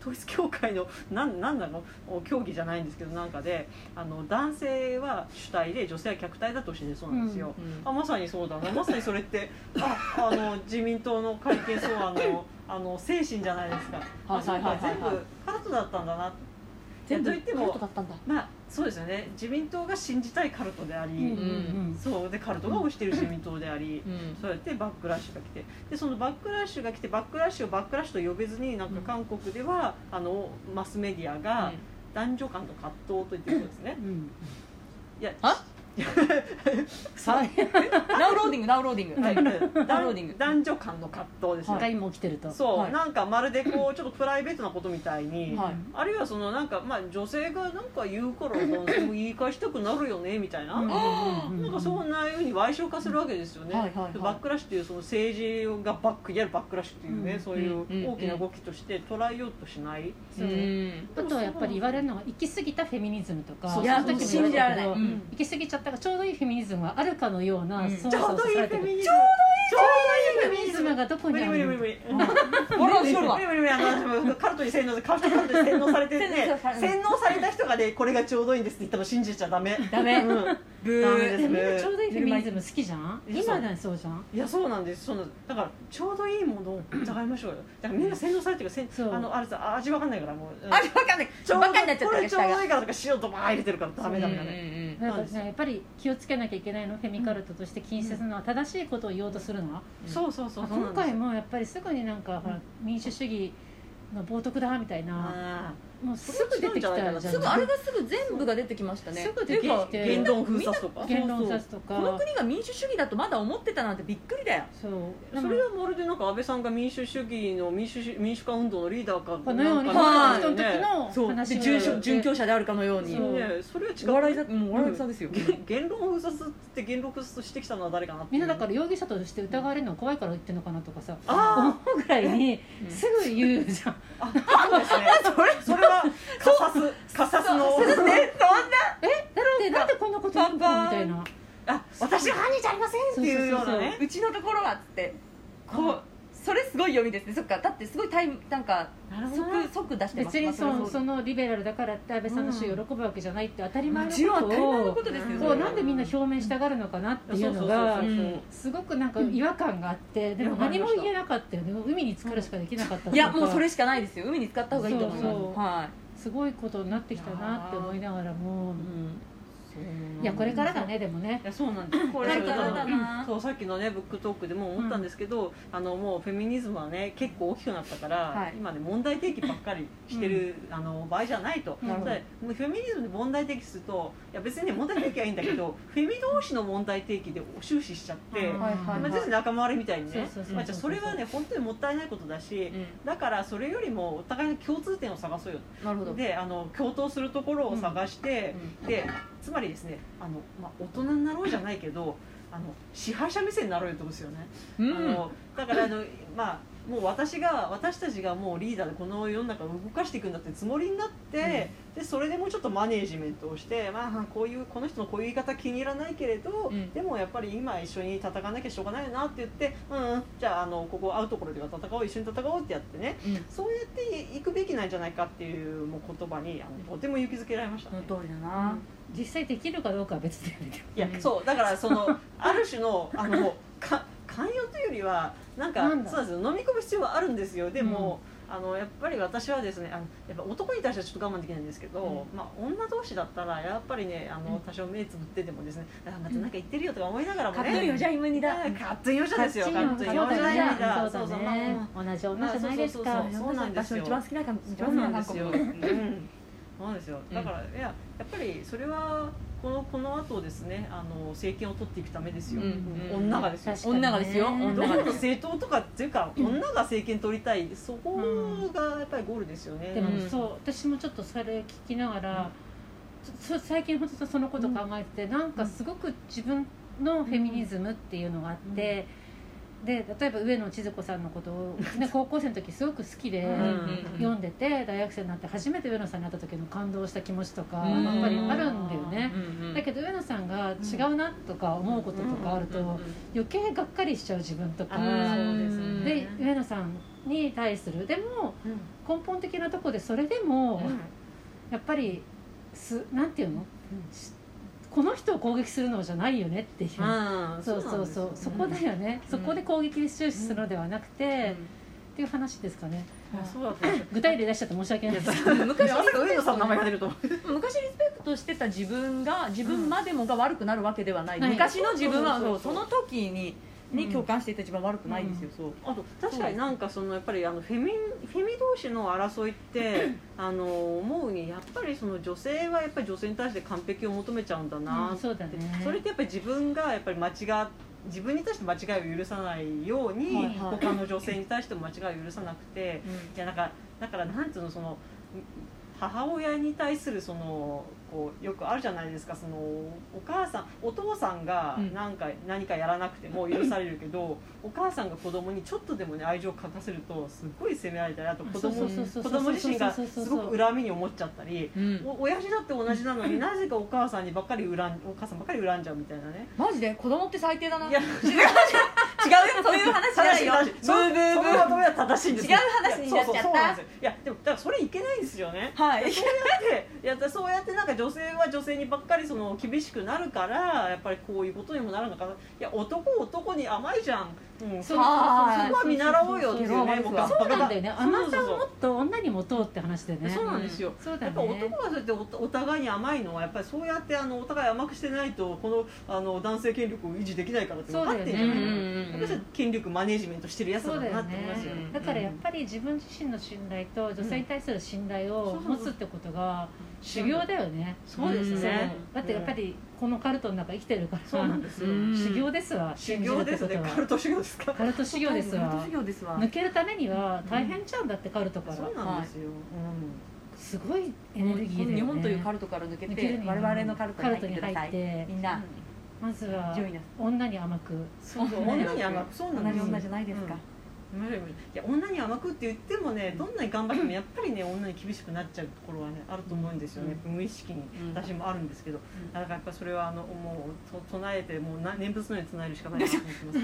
C: 統一教会のなんなんなの競技じゃないんですけどなんかであの男性は主体で女性は客体だとしてそうなんですよ、
D: うん
C: あまさにそうだなまさにそれってああの自民党の改憲草案のあの精神じゃないですかあ
D: はいはいはいはい
C: そうか全部カルトだったんだな
D: 全部
C: と言っても
D: カルトだったんだ
C: まあそうですよね自民党が信じたいカルトであり、
B: うんうん
C: そうでカルトが推してる自民党であり、
D: うん
C: そうやってバックラッシュが来てでそのバックラッシュが来てバックラッシュをバックラッシュと呼べずになんか韓国では、あのマスメディアが男女間の葛藤と言ってるそうですね、
B: うんうん
C: いや
D: あ
B: さ
D: ナウローディングナウローディング
C: はい
D: ダウンローディング
C: 男男女間の葛藤ですね、
B: 世界も起きてると
C: そう、
D: はい
C: なんかまるでこうちょっとプライベートなことみたいに、
D: はい
C: あるいはそのなんか、まあ、女性がなんか言うから男性も言い返したくなるよねみたいな、
B: うん
C: なんかそんなように歪償化するわけですよね、
D: はいはいはい
C: バックラッシュというその政治がバックいわゆるバックラッシュというね、
B: うん
C: そういう
D: うん
C: 大きな動きとして捉えようとしない、
B: そう
D: うん
B: あとはやっぱり言われるのが行き過ぎたフェミニズムとか
C: そう
D: いや
B: の時も
D: 信じられない
B: 言わ
D: う
B: たけど
D: ん
B: 行き過ぎちゃったがちょうどいいフェミニズムがあるかのような、
D: うん
B: そう
C: ちょ
B: そうう
C: ど
B: そ
C: いい
B: さ
C: フ
B: れて
C: ェ
B: る
C: ミニズムち
B: フ
C: ょ
B: ェ
C: うどい
B: ミ
C: いフェミ
B: ニ
C: ニ
B: ズ
C: ズ
B: ム
C: ム
B: がどこ
C: 無
B: に
C: 理
B: あ
C: 無理無理
B: る
C: 無理
D: 俺は
C: 無理
D: し
C: 無
D: とるわ
C: 理無理無理あのカルトに洗脳カルトに洗脳されてね
D: 洗脳されてる
C: 洗脳された人がねこれがちょうどいいんですって言ったの信じちゃダメ
D: ダメ
C: うん
D: ブ
C: ダメです
B: で
D: ー
B: みんなちょうどいいフェミニズム好きじゃん
C: そう
B: 今だそうじゃん
C: いやそうなんですそうなんですだからちょうどいいものを疑いましょうよだからみんな洗脳されてるからせ
B: そうん
C: あのあれさ味わかんないからもう、うん
D: あれわかんない
C: ちょう
D: バカになっち
C: ど
D: ゃっ
C: こ
D: た
C: れ
D: ね
C: ちょう
D: 下が
C: どいいからとか塩とか入れてるからダメダメダ
D: うんう
C: メ
D: んうん
B: だからねやっぱり気をつけなきゃいけないのフェミカルトとして禁止するのは正しいことを言おうとするのは、
D: うん
C: そうそうそうそう
B: 今回もやっぱりすぐになんか、ほら民主主義の冒涜だみたいな
C: あ
B: もうすぐ出てきたじゃん
C: す
D: すぐあれがすぐ全部が出てきましたね
B: すぐ出てきて
D: ってい
C: 言
D: うか
C: 論封鎖とか
B: 言論差すとか
D: この国が民主主義だとまだ思ってたなんてびっくりだよ
B: そう
C: それはまるでなんか安倍さんが民主主義の民主主民主化運動のリーダーか
B: このように
C: な
B: こ
C: ん
B: の
C: か
B: 人の時
C: ね
B: の
D: そう
B: 話
D: で
B: を
D: 準教者であるかのように
B: そう
C: ねそれは違う
D: お笑いだもうお笑いさんですよ
C: 言言論封鎖って言論封鎖してきたのは誰かなって
B: みんなだからら容疑者として疑われるの怖いから言ってるのかなとかさ思
C: あ
B: うぐらいに
D: ん
B: すぐ言うじゃん
C: ーああですねそれそれはカサスカサスの
D: そうですね
B: だってなんでこんなこと言うのみたいな
C: あ私は犯人じゃありませんっていうようなね
D: うちのところはっつってこうそれすごい読みですねそっかだってすごいタイムなんか
C: なる
D: 即即出してま
B: 別
D: す
B: に
D: まあ
B: そ
D: れは
B: うそのリベラルだからって安倍さんの死を喜ぶわけじゃないって当たり前
D: も
B: の
D: ちろん当たり前の
B: こ
D: こと
B: を
D: とですよ
C: うん
B: そう
D: れは
B: なんでみんな表明したがるのかなっていうの
C: そ
B: が
C: うそうそうそう
B: すごくなんか違和感があってでも何も言えなかったよね海に浸かるしかできなかった
D: いやもうそ
B: れ
D: れしかないですよ海に使った方がいいと思います
B: そうそう
D: は
B: すごいことになってきたなって思いながらも
D: い、うん
B: いやこれからだねでもね
C: いやそうなんですこ
D: こ
C: れ
D: れか
C: だ
D: ら
C: な
D: だな
C: そうさっきのねブックトークでも思ったんですけど、あのもうフェミニズムはね結構大きくなったから、
D: はい
C: 今ね問題提起ばっかりしてる、あの場合じゃないと
D: なるほど
C: でフェミニズムで問題提起するといや別にね問題提起はいいんだけどフェミ同士の問題提起で終始しちゃって、
B: うん
C: ま
D: はいはい
C: あ、
D: はい
C: 全然仲間割れみたいにね
B: そうそうそうそう
C: まあじゃあそれはね本当にもったいないことだし
D: う、ん
C: だからそれよりもお互いの共通点を探そうよ
D: なるほど
C: であの共闘するところを探して、でつまりですねあの、まあ、大人になろうじゃないけどあの支配者目線になろうよってことですよね、
D: うん
C: あのだからあの、まあ、もう私が私たちがもうリーダーでこの世の中を動かしていくんだってつもりになって、でそれでもうちょっとマネージメントをして、まあ、こういうこの人のこういう言い方気に入らないけれど、
D: うん
C: でもやっぱり今一緒に戦わなきゃしょうがないよなって言って、うんうん、じゃああのここ会うところでは戦おう一緒に戦おうってやってね
D: うん
C: そうやっていくべきなんじゃないかっていうもう言葉にあのとても勇気づけられました、
D: そ
C: ね
D: の。通りだな
B: 実際できるかどうかは別だよね
C: いや、
D: うん
C: そうだからその ある種のあのか寛容というよりはなんか
B: なんだ
C: そうなんですよ飲み込む必要はあるんですよでも、あのやっぱり私はですねあのやっぱ男に対してはちょっと我慢できないんですけど、まあ、女同士だったらやっぱりねあ
D: うん
C: の多少目つぶっててもですね「あまたなんか言ってるよ」とか思いながらも
D: カップルよ
C: ね
D: じゃイムニだ
C: うんカットよじゃですよ
B: チ
C: カ
B: ー
C: ッ
B: ム
C: ト
B: そう
C: よじゃいだ
B: だそうだね同じ女じゃないですか
C: そうそうなんですよ
D: 私の一番好きな感じ
C: そうなんですよ。
D: 韓
C: う
D: 国
C: んそうなんですよ。だから、いややっぱりそれはこのこの後ですね、あの政権を取っていくためですよ。
D: うん
B: うん
C: 女がですよ。
B: 確かにね
D: 女がですよ女
C: ど
D: が
C: この政党とかっていうか、女が政権取りたい、そこがやっぱりゴールですよね。
B: でも、
D: うん
B: そう私もちょっとそれ聞きながら、ちょそ最近本当そのこと考えてて、なんかすごく自分のフェミニズムっていうのがあって、で例えば上野千鶴子さんのことを、 ね、高校生の時すごく好きで。
D: うん
B: 読んでて大学生になって初めて上野さんに会った時の感動した気持ちとか
D: うん
B: やっぱりあるんだよ
D: う
B: ね、
D: んうん
B: だけど上野さんが違うなとか思うこととかあると
C: うんうんうん
B: 余計がっかりしちゃう自分とか、
C: あーそうです
D: うん
B: で
C: ね。
B: 上野さんに対するでも
C: うん
B: 根本的なとこでそれでも、
C: うん
B: やっぱりすなんていうの、しこの人を攻撃するのじゃないよねっていう、
C: うん
B: そうそうそうそこだよね、そこで攻撃で終始するのではなくて、っていう話ですかね
C: あそうだったんですよ。
B: 具体例出しちゃって申し訳ないですけど
C: いやまさか上野さんの名前が出ると思う。
D: 昔リスペクトしてた自分が自分までもが悪くなるわけではない、
B: うん
D: 昔の自分は
C: そう
D: そ
C: そうう
D: そ
C: そう
D: の時にに共感していた自分は悪くないですよ、そう
C: あと確かになんかそのやっぱりあのフェミフェミ同士の争いってあの思うにやっぱりその女性はやっぱり女性に対して完璧を求めちゃうんだな
B: うん
C: って、
B: そうだね
C: それってやっぱり自分がやっぱり間違っ自分に対して間違いを許さないように、
D: はいはい
C: 他の女性に対しても間違いを許さなくていやなんかだからなんていうのその母親に対するそのこうよくあるじゃないですかそのお母さんお父さんが
D: うん
C: なんか、何かやらなくても許されるけどお母さんが子供にちょっとでもね愛情を欠かせるとすっごい責められたりあと子供
B: そうそうそう
C: 子
B: そう
C: 供自身が
B: そうそうそう
C: す
B: そう
C: ごく恨みに思っちゃったり。
D: うん
C: お親父だって同じなのになぜかお母さんにばっかり恨んお母さんばっかり恨んじゃうみたいなね
D: マジで子供って最低だない
C: や
D: 違う 違う違うよそういう話じゃないよ
C: 正しい正しいそ
D: ブーブー
C: その
D: ブ
C: ま
D: ー
C: とめは正しいんですよ
D: 違う話になっちゃ
C: い
D: った
C: やそうそうそうなんですよいやでもだからそれいけないんですよね
D: はい
C: でいやそうやってなんか女性は女性にばっかりその厳しくなるからやっぱりこういうことにもなるのかないや男男に甘いじゃん、うん、そ
B: そう
C: こ
D: はい
C: は見習おうよっていう
D: そうそう
C: ね
D: そう
C: もうガッ
B: そ
C: パ
B: うな
C: ガ
B: ん
C: パ
B: だよね
C: そうそう
B: 甘
C: そ
B: さ
C: う
B: をもっと女に持とうって話でね
C: そうなんですよ、
B: そうだ
C: や
B: ね
C: っぱ男はそうやっておお互いに甘いのはやっぱりそうやってあのお互い甘くしてないとこのあの男性権力を維持できないからって分かってんじゃない
B: そうだよね
C: やっぱりじゃ権力マネジメントしてるやつ
B: そ
C: な
B: うんだ
C: だ
B: よ
C: なって思いますよ
B: ねだからやっぱり自分自身の信頼と女性に対する信頼を持つってことが修行だよね
C: そうですね
B: そうだってやっぱりこのカルトの中生きてるから
C: そうなんですよ、
D: うん
B: 修行ですわ
C: 修行で
B: 信
C: すね
B: じるって
C: カ
B: こ
C: ルト修行ですか
B: とはカルト修行ですわ
D: 修行ですわ
B: 抜けるためには大変じゃんだってカルトから
C: そうなんですよ、
B: すごいエネルギーで、ね、
D: 日本というカ
B: ル
D: ルトから抜け
B: 抜ける
D: て
B: には
D: 我々のカルトに入ってくださ
B: 入っ
D: い
B: て
D: みんな
B: まずは
D: 順位な
B: 女に甘く
C: そうそう女に甘くそう
D: 同
C: なんで
D: じ
C: すよ
D: 女じゃないですか
C: いや女に甘くって言ってもねどんなに頑張ってもやっぱりね女に厳しくなっちゃうところはねあると思うんですよね、無意識に
D: うん
C: 私もあるんですけど、
D: ん
C: だからやっぱそれはあのもうと唱えてもうな念仏のように唱えるしかないなと思っ てます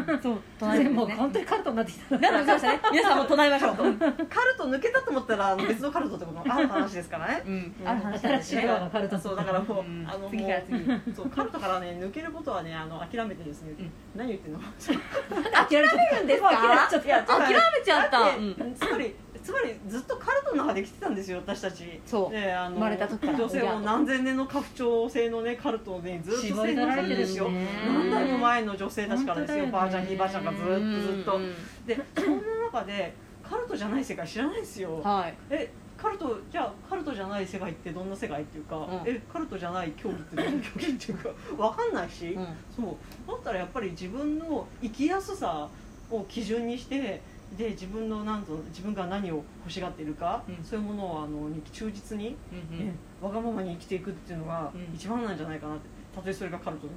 D: 現れたそう隣
B: で
D: です
B: もう
D: ね
B: 本当にカルトになってきた
D: なってきましたね皆さんも唱えましょう
C: カルト抜けたと思ったらあの別のカルトとか もある話ですからね
D: うん
C: うん
D: ある話
B: 新
D: だ
B: しいドアがカルト
C: そうだからもう、
D: うん
C: あの
D: 次から次
C: もうそうカルトからね抜けることはねあの諦めてですね、
D: うん
C: 何言ってんの
D: 諦めるんですか
C: ちゃったいや
D: 諦めちゃった
C: だって
D: うん
C: つまりつまりずっとカルトの中で来てたんですよ私たち
D: そう
C: ねあの
D: 生まれた時から
C: 女性も何千年の家父長制のねカルトでずっと
B: 絞り取られてるし
C: よ
B: ね
C: 何代も前の女性たちからです
B: 本当
C: よ
B: だよね
C: ばあちゃんひいばあちゃんがずっとずっと
D: うん
C: でそんな中でカルトじゃない世界知らないですよ
D: はい
C: えカルトじゃあカルトじゃない世界ってどんな世界っていうか、
D: ん
C: えカルトじゃない競技ってどんな競技っていうか分かんないし、
D: うん
C: そうだったらやっぱり自分の生きやすさを基準にしてで自分のなんと自分が何を欲しがっているか、
D: うん
C: そういうものをあのに忠実に、ねわがままに生きていくっていうのが
D: うん
C: 一番なんじゃないかなってたとえそれがカルトで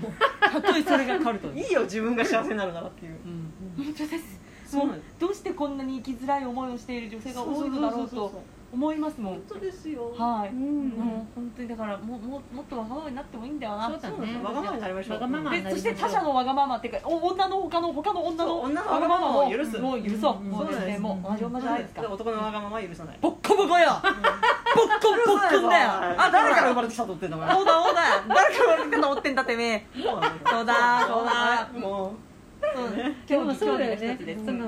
C: も
D: たとえそれがカルトで
C: い
D: す
C: いよ自分が幸せになるならっていう
D: うん本当です
C: そうなんです
D: どうしてこんなに生きづらい思いをしている女性が多いのだろ
C: そう
D: う
C: そうそう
D: と思いますもん
C: 本当ですよ
D: はい
B: うん
D: もう本当にだからもうもうもっとわがままになってもいいんだよな
B: そうだ
C: そうなんです
B: ね
C: よわがままになりましょう
B: わがまま
D: でそして他者のわがままっていうかお女の他の他の女の
C: そう女の
D: わがまま
C: わがままを許す
D: もう許そう
B: うん
D: もうです
C: そうで
D: ね
C: す
D: もう同じ女じゃないですか
C: 男のわがままは許さない
D: ボッコボコよボッコボッコだよ
C: あ誰から生
D: そう
C: まれてきたとってんだお前
D: だそうだ誰から生まれてきたと思ってんだてめえそうだそうだ
C: も
D: そう
B: で
D: 興
B: も
D: 味
B: そ
D: 興
B: うだ
D: 味の
B: よね
D: 一つです
B: その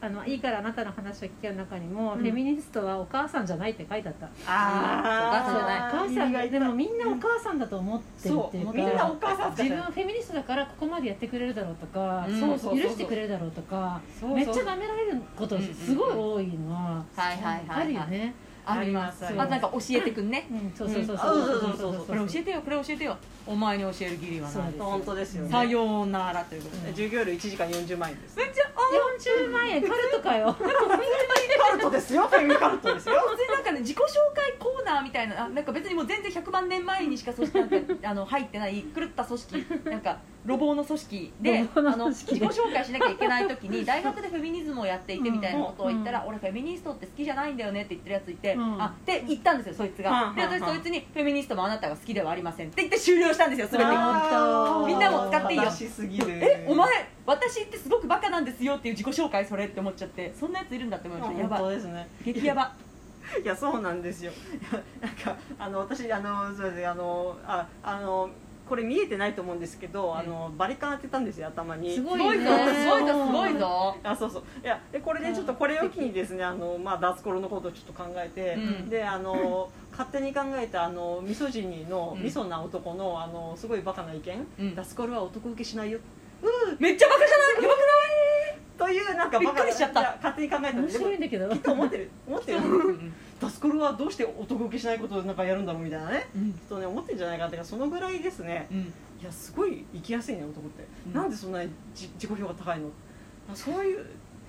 B: あのいいからあなたの話を聞ける中にも、
D: うん
B: フェミニストはお母さんじゃないって書いてあった
C: う
D: あー
B: そうお
D: あ
B: 母さんがでもみんなお母さんだと思ってる
C: そ
B: って
C: う
B: いうか
C: みんなお母さん
B: 自分はフェミニストだからここまでやってくれるだろうとか、
D: うん
B: 許
C: そうそうそうそう
B: してくれるだろうとか
C: そうそう
B: めっちゃ舐められることすごい多いのは、
D: はいはい
B: あ
D: は
B: る
D: い
B: よ
D: はい
B: ね、
D: ありますあなんか教えてくんね
B: うん、そうそうそう
C: うんあそうそうそう
D: これ教えてよこれ教えてよお前に教える義理は
B: そう
D: な
B: で
D: い
B: す
C: 本当ですよ
D: さ
C: ね
D: ようならということで
C: 従業料1時間40万円です
D: めっちゃあ
B: 40万円カルトかよ
C: カルトですよフェミカルトですよ
D: 普通になんかね自己紹介コーナーみたいなあなんか別にもう全然100万年前にしか組織なん かあの入ってない狂った組織なんか路傍の組織 で
B: 路傍の
D: あの
B: 組
D: 自
B: 織
D: 己
B: で
D: 紹介しなきゃいけない時に大学でフェミニズムをやっていてみたいなことを言ったら、
B: う
D: 俺フェミニストって好きじゃないんだよねって言ってるやついて、
B: うん
D: あって言ったんですよそいつが、
C: うん
D: で私そいつにフェミニストもあなたが好きではありませんって言って終了したんですよ全て
B: あー
D: みんなも使っていいよ
C: 正しすぎる
D: えお前私ってすごくバカなんですよっていう自己紹介それって思っちゃってそんなやついるんだって思いましたや
C: 本当
D: ば
C: ですね
D: 激ヤバ
C: いやそうなんですよいやなんかあの私あのそうですあのああのこれ見えてないと思うんですけど、あのバリカン当てたんですよ頭に
B: すご
D: す
B: い
D: ごい
B: ね
D: ぞすごいぞすごいぞ
C: あそうそういやでこれでちょっとこれを機にですねあの、まあ、脱コロのことをちょっと考えて、
D: うん
C: であの勝手に考えたあのミソジニーの
D: うん
C: ミソな男のあのすごいバカな意見、
D: うん
C: 脱コロは男受けしないよ
D: めっちゃバカじゃないやばく
C: というなんかバカな
D: びっくりしちゃった
C: いや勝手に考えたん
B: 面
C: でで
B: 白
C: も
B: いんだけど
C: きっと思ってる思って る
D: ない
C: 脱コロはどうして男受けしないことをなんかやるんだろうみたいなね
D: うん
C: きっとね思ってるんじゃないかなってそのぐらいですね
D: うん
C: いやすごい生きやすいね男って、
D: うん
C: なんでそんなにじ自己評価高いのあそういうい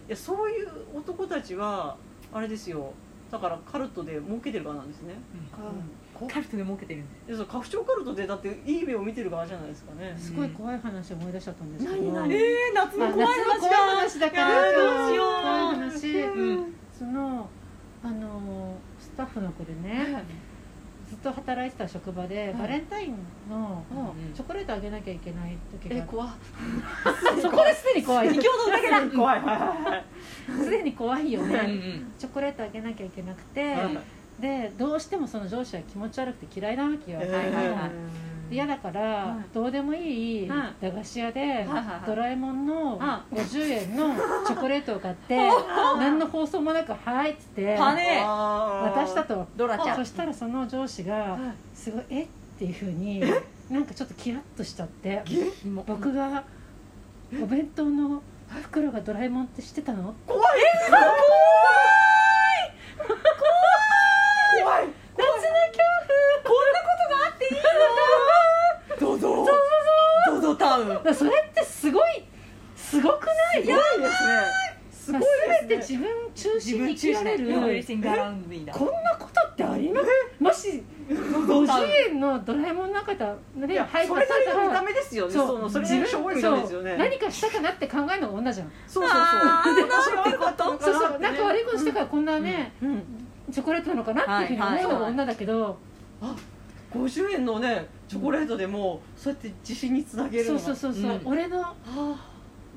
C: やそういう男たちはあれですよだからカルトで儲けてる側なんですね、
D: カルトで儲けてるんだよ
C: いやそう家父長カルトでだっていい目を見てる側じゃないですかね、
B: すごい怖い話思い出しちゃったんですけど
C: 何何
D: えー、夏
B: まあ
D: の怖い
B: 夏の
D: 話
B: 怖い
D: だ
B: 話だから
D: えーどうしよ
B: 怖い話、
D: う
B: そのあのスタッフの子でねずっと働いてた職場で、バレンタインの、
D: うん
B: チョコレートあげなきゃいけない時
C: え
B: が
C: 怖っ
B: そこですでに怖い
D: 異教の裏だ
C: 怖いはいは
B: すでに怖いよ
D: うんう
B: ね
D: ん
B: チョコレートあげなきゃいけなく
C: い
B: て
C: はい
B: でどうしてもその上司は気持ち悪くて嫌いなわけよ
C: えー
D: はいはいはい
B: で嫌だから、
C: はい
B: どうでもいい
C: は
B: 駄菓子屋で、
C: はいはい
B: ドラえもんの
C: は
B: 50円 のチョコレートを買って何の放送もなく「はい」っつって
D: はね
C: あー
B: 渡したと
D: ドラちゃん
B: そしたらその上司が
C: はい
B: すごい「えっ?」ていうふうになんかちょっとキラッとしちゃって
C: げ
D: 僕
B: 僕がお弁当の袋がドラえもんって知ってたの
C: 怖い怖い怖い怖
D: 夏の恐
C: いドドドドタウン
B: だからそれってすごいすごくない
C: すごいですねすごい
B: 全て
C: ですね
B: 自分中
D: 自
B: 心に
D: 分
B: 生き
D: 中
B: ら
D: 心
B: れ
D: で
B: る
D: everything around me だ
B: こんなことってありますもし50円のドラえもんの中で
C: いや
B: 配布
C: そ
B: さ
C: れ
B: れ
C: なり
B: た
C: の見た
B: ら
C: 目ですよねそのそれなりのしょぼいのですよね
B: そう何かしたかなって考えるのが女じゃん
C: そうそうそう
D: あー
C: なんてこと
B: そうそうなんか悪いことしてからこんなね、
D: うん
B: チョコレートなのかなっていうふうに思うのが女だけど、
C: 50円のねチョコレートでもそうやって自信につなげる
B: そ
C: の
B: う
C: が
B: そうそうそう、
D: うん
B: 俺の
C: あ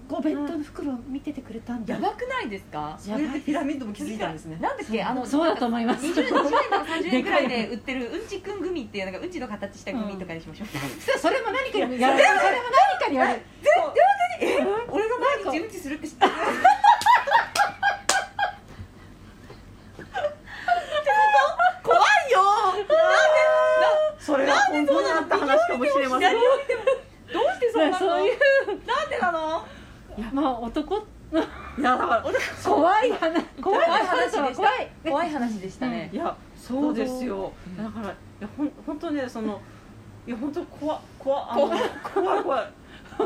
B: お弁当の袋見ててくれたんだ
D: やばくないですか
C: ーそれでピラミッドも気づいたんですね
D: なんだっけあの
B: そうだと思います
D: 20 20円とか30円ぐらい
B: で
D: で売ってるうんちくんグミっていうなんかうんちの形したグミとかにしましょう、
B: それも何かにやるそれも何かにやる
D: 俺が毎日うんちするって知 ってる
C: 怖いよなんでそれは本当にあった話かもしれません
D: 左を見てもどうしてそうなの
B: そういう
D: なんでなの
B: いやまあ男
C: いやだから
B: 怖い話 怖い話は怖い
D: 怖い話でしたね
C: い、やそうですよ
D: どう
C: だからいやほん本当ねそのいや本当怖怖あの怖い怖い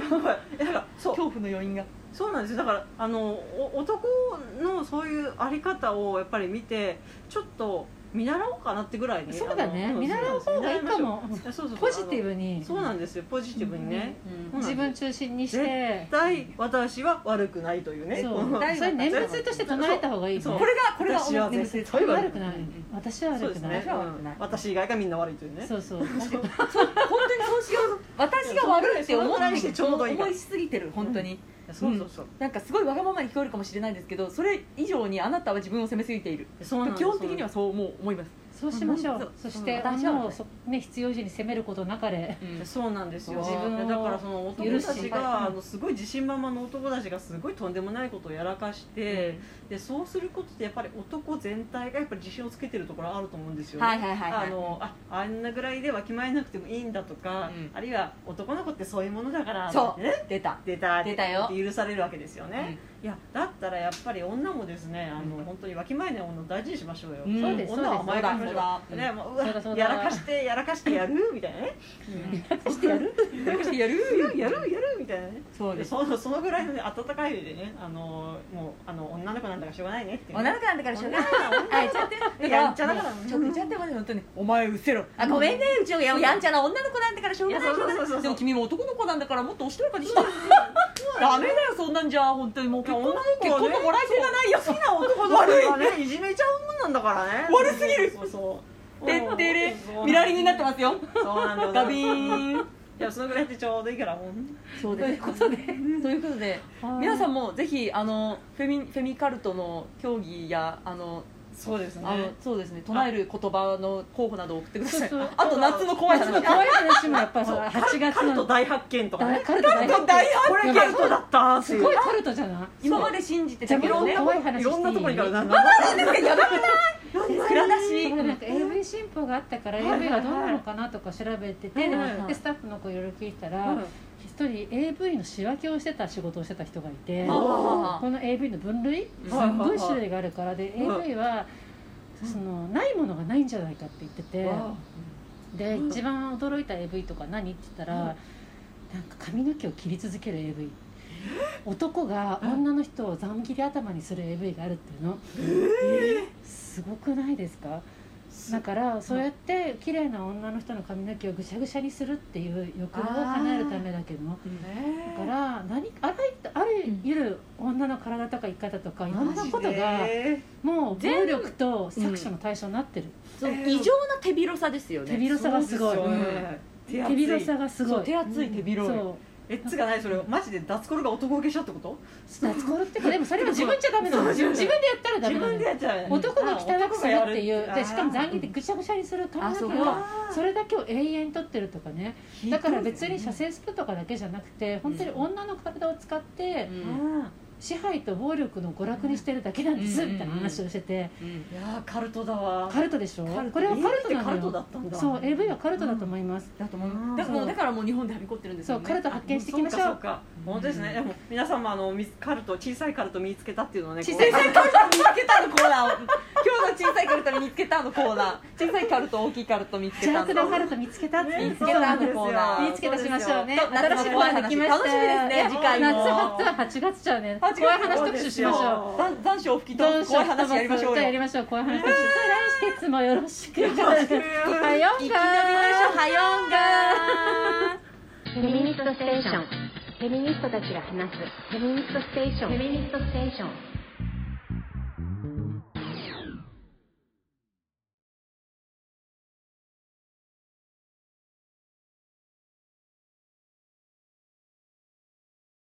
C: やばいいやだからそう
D: 恐怖の余韻が
C: そうなんですよだからあのお男のそういうあり方をやっぱり見てちょっと見習おうかなってぐらいね
B: そうだね
C: あの
B: 見習う方がいいかも
C: 見習いましょうそうそうそう
B: ポジティブ
C: あ
B: に
C: のそうなんですよポジティブにね、
D: うん
C: うん
B: 自分中心にして
C: 絶対私は悪くないというね
B: そ
C: この
B: うそれ念仏として唱えた方がいいね
C: そう
D: これがこれが
C: 私は
D: 念
C: 絶
D: 仏
C: 対
B: これ悪
C: 悪
B: く
C: く
B: な
C: ないい
B: 私は
C: そう
B: 悪く
C: です
B: ない
C: ね、
D: 私は悪くない
C: うん私以外がみんな悪い というね
B: そうそう
C: そう
D: 本当にそうしよう私が悪いって思
C: そのぐらいしてちょうどいいから
D: 思いしすぎてる本当に、
C: そうそうそう、
D: なんかすごいわがままに聞こえるかもしれないですけどそれ以上にあなたは自分を責めすぎている
C: そうなんです
D: 基本的にはそうもう思います、
B: そうしましょ
D: そうう
B: そして
D: 私は
B: 女をそね必要以上に責めることなか れ
C: そうなんですよ
D: 自
B: 分を
C: だからその男
B: 許
C: た
B: し
C: ちがあのすごい自信満々の男たちがすごいとんでもないことをやらかして、でそうすることでやっぱり男全体がやっぱり自信をつけてるところあると思うんですよね、
D: はいはいはいはい
C: あのああんなぐらいでわきまえなくてもいいんだとか、
D: うん
C: あるいは男の子ってそういうものだから
D: そう
C: ってね
D: 出た、
C: 出た
D: 出たよ
C: って許されるわけですよ
D: う
C: ね、いやだったらやっぱり女もですねあの、
D: うん
C: 本当にわきまえない女を大事にしましょうよ、
D: うん
B: そうです
C: 女は
B: そうです
C: 甘やかしましょ
D: そうだそううだ
C: ねもうう
B: そうだそう
C: わ
B: だ
C: やらかしてやらかしてやるみたいなね
B: して やる
D: よし
C: や
D: やる
C: るやるやるみたいなね
D: そう
C: で
D: です
C: そのそのぐらいの、ね、温かい目でねあのもうあの女の子なんだからしょうがないねっていう
D: 女の子なんだからしょうがないあやっちゃって
C: いややんちゃだから
D: ちょっとやっちゃってまで本当にお前うせろあごめんねうちのやんちゃな女の子なんだからしょうがない
C: いやそうそう
D: しょうがない
C: そうそう
D: でも君も男の子なんだからもっとおしとやかにしてダメだよそんなんじゃ本当にもう結婚
C: いや
D: 結
C: 女の子はね
D: 婚のもらい手がないよ
C: 好きな男だからねいじめちゃうもんなんだからね
D: 悪すぎる
C: そうそう
D: て
C: そう
D: ってれ
C: そう
D: ミラーリングになってますよ
C: そうなんだよ
D: ガビ
C: い
D: ーン
C: やそのぐらいってちょうどいいからもう
D: そう
B: ということで
D: ということで皆さんもぜひあのフェミフェミカルトの競技やあの
C: そうですね
D: あのそうですね唱える言葉の候補などを送ってください
B: そうそう
D: あと夏の怖い
B: 夏の
D: 話
B: 怖い話もやっぱり
C: そう
B: 8月
C: カルト
B: の
C: 大発見とかね
B: カルト大
D: 大発見
C: これカルトだったーって
B: す
C: いう
B: ごいカルトじゃない
D: 今まで信じて
B: じゃ
D: た
B: あ
D: けど
B: もう
D: ね
B: 怖い話してい
C: い
B: い
C: ろんなところにからなん
D: やばくない蔵出
B: だからなん
D: し
B: か AV 新法があったから
C: はいはいはい
B: AV がどうなのかなとか調べてて、
C: はいはい
B: でスタッフの子いろいろ聞いたら一、人 AV の仕分けをしてた仕事をしてた人がいて
C: あ
B: この AV の分類す
D: はいはい
B: んごい種類があるからで
C: はい
B: AV はそのないものがないんじゃないかって言っててで
C: うん
B: 一番驚いた AV とか何って言ったらなんか髪の毛を切り続ける AV 男が女の人をざん切り頭にする AV があるっていうのすごくないですかだからそうやって綺麗な女の人の髪の毛をぐしゃぐしゃにするっていう欲望を叶えるためだけどもだから何あらゆあらゆる女の体とか生き方とかいろんなことがもう暴力と搾取の対象になってる
D: そう異常な手広さですよ
B: 手
D: ね
B: 広さがすごい
C: 手
B: 手広
C: 厚
B: さ
C: い
B: がす
D: そ
B: ご
D: う
B: い
D: 手厚い手広い
B: そう
C: エッツがないそれマジで脱コルが男受けしちゃったこと
B: 夏コロっていうかでもそれは自分じゃダメなの自分でやったらダメ
C: 自
B: な
C: 分で
B: の
C: やっちゃう
B: 男が汚くするっていうでしかも残
C: 儀
B: 儀でぐしゃぐしゃにする
D: あ
B: 髪の
D: そう
B: 毛を
D: か
B: それだけを永遠に取ってるとかねだから別に射精スプとかだけじゃなくて本当に女の体を使って
D: うん
B: 支配と暴力の娯楽にしてるだけなんです、
C: うん
B: みたいな話をしてて、
C: うん
D: いやーカルトだわ
B: カルトでしょ
D: カルト
B: これはカルト
D: AV ってカ
B: な
D: ル
B: の
D: トだ
B: よ
D: ったんだ
B: そう AV はカルトだと思います、
D: だと思う
C: うん
D: だからも
B: そう
D: うだからもう日本ではびこってるんですよ
B: そ
D: ね
B: うカルト発見していきましょう
C: そかそか本当ですね、
D: うん
C: でも皆様あのみカルト小さいカルト見つけたっていうのはね
D: 小さい
C: こ
D: カルト見つけたのコーナーを今日の小さいカルト見つけたのコーナー小さいカルト大きいカルト見つけ
B: 邪
D: たの
B: 悪なカルト見つけたって
C: ね
B: 言って
D: 見つけたんだコーナー
B: 見つけ出しましょうね
D: そうですよ
B: 新しいコーナーできました
D: 楽しみですね
B: いや
D: 次回も
B: 夏初は8月じゃね
D: 8月
B: 怖い話特集しましょう
C: う
D: 残残暑を吹き
B: ど
D: 飛
B: う
D: ぶ
B: しよ
D: 怖
B: う
D: い話やりましょう
B: じゃあや
D: よ
B: りましょう怖い話来月もよろしく はよん
D: いき
B: が
D: なりよいしょはよんが
A: フ
D: ー
A: ェミニストステーションフェミニストたちが話すフェミニストステーションフェミニストステーション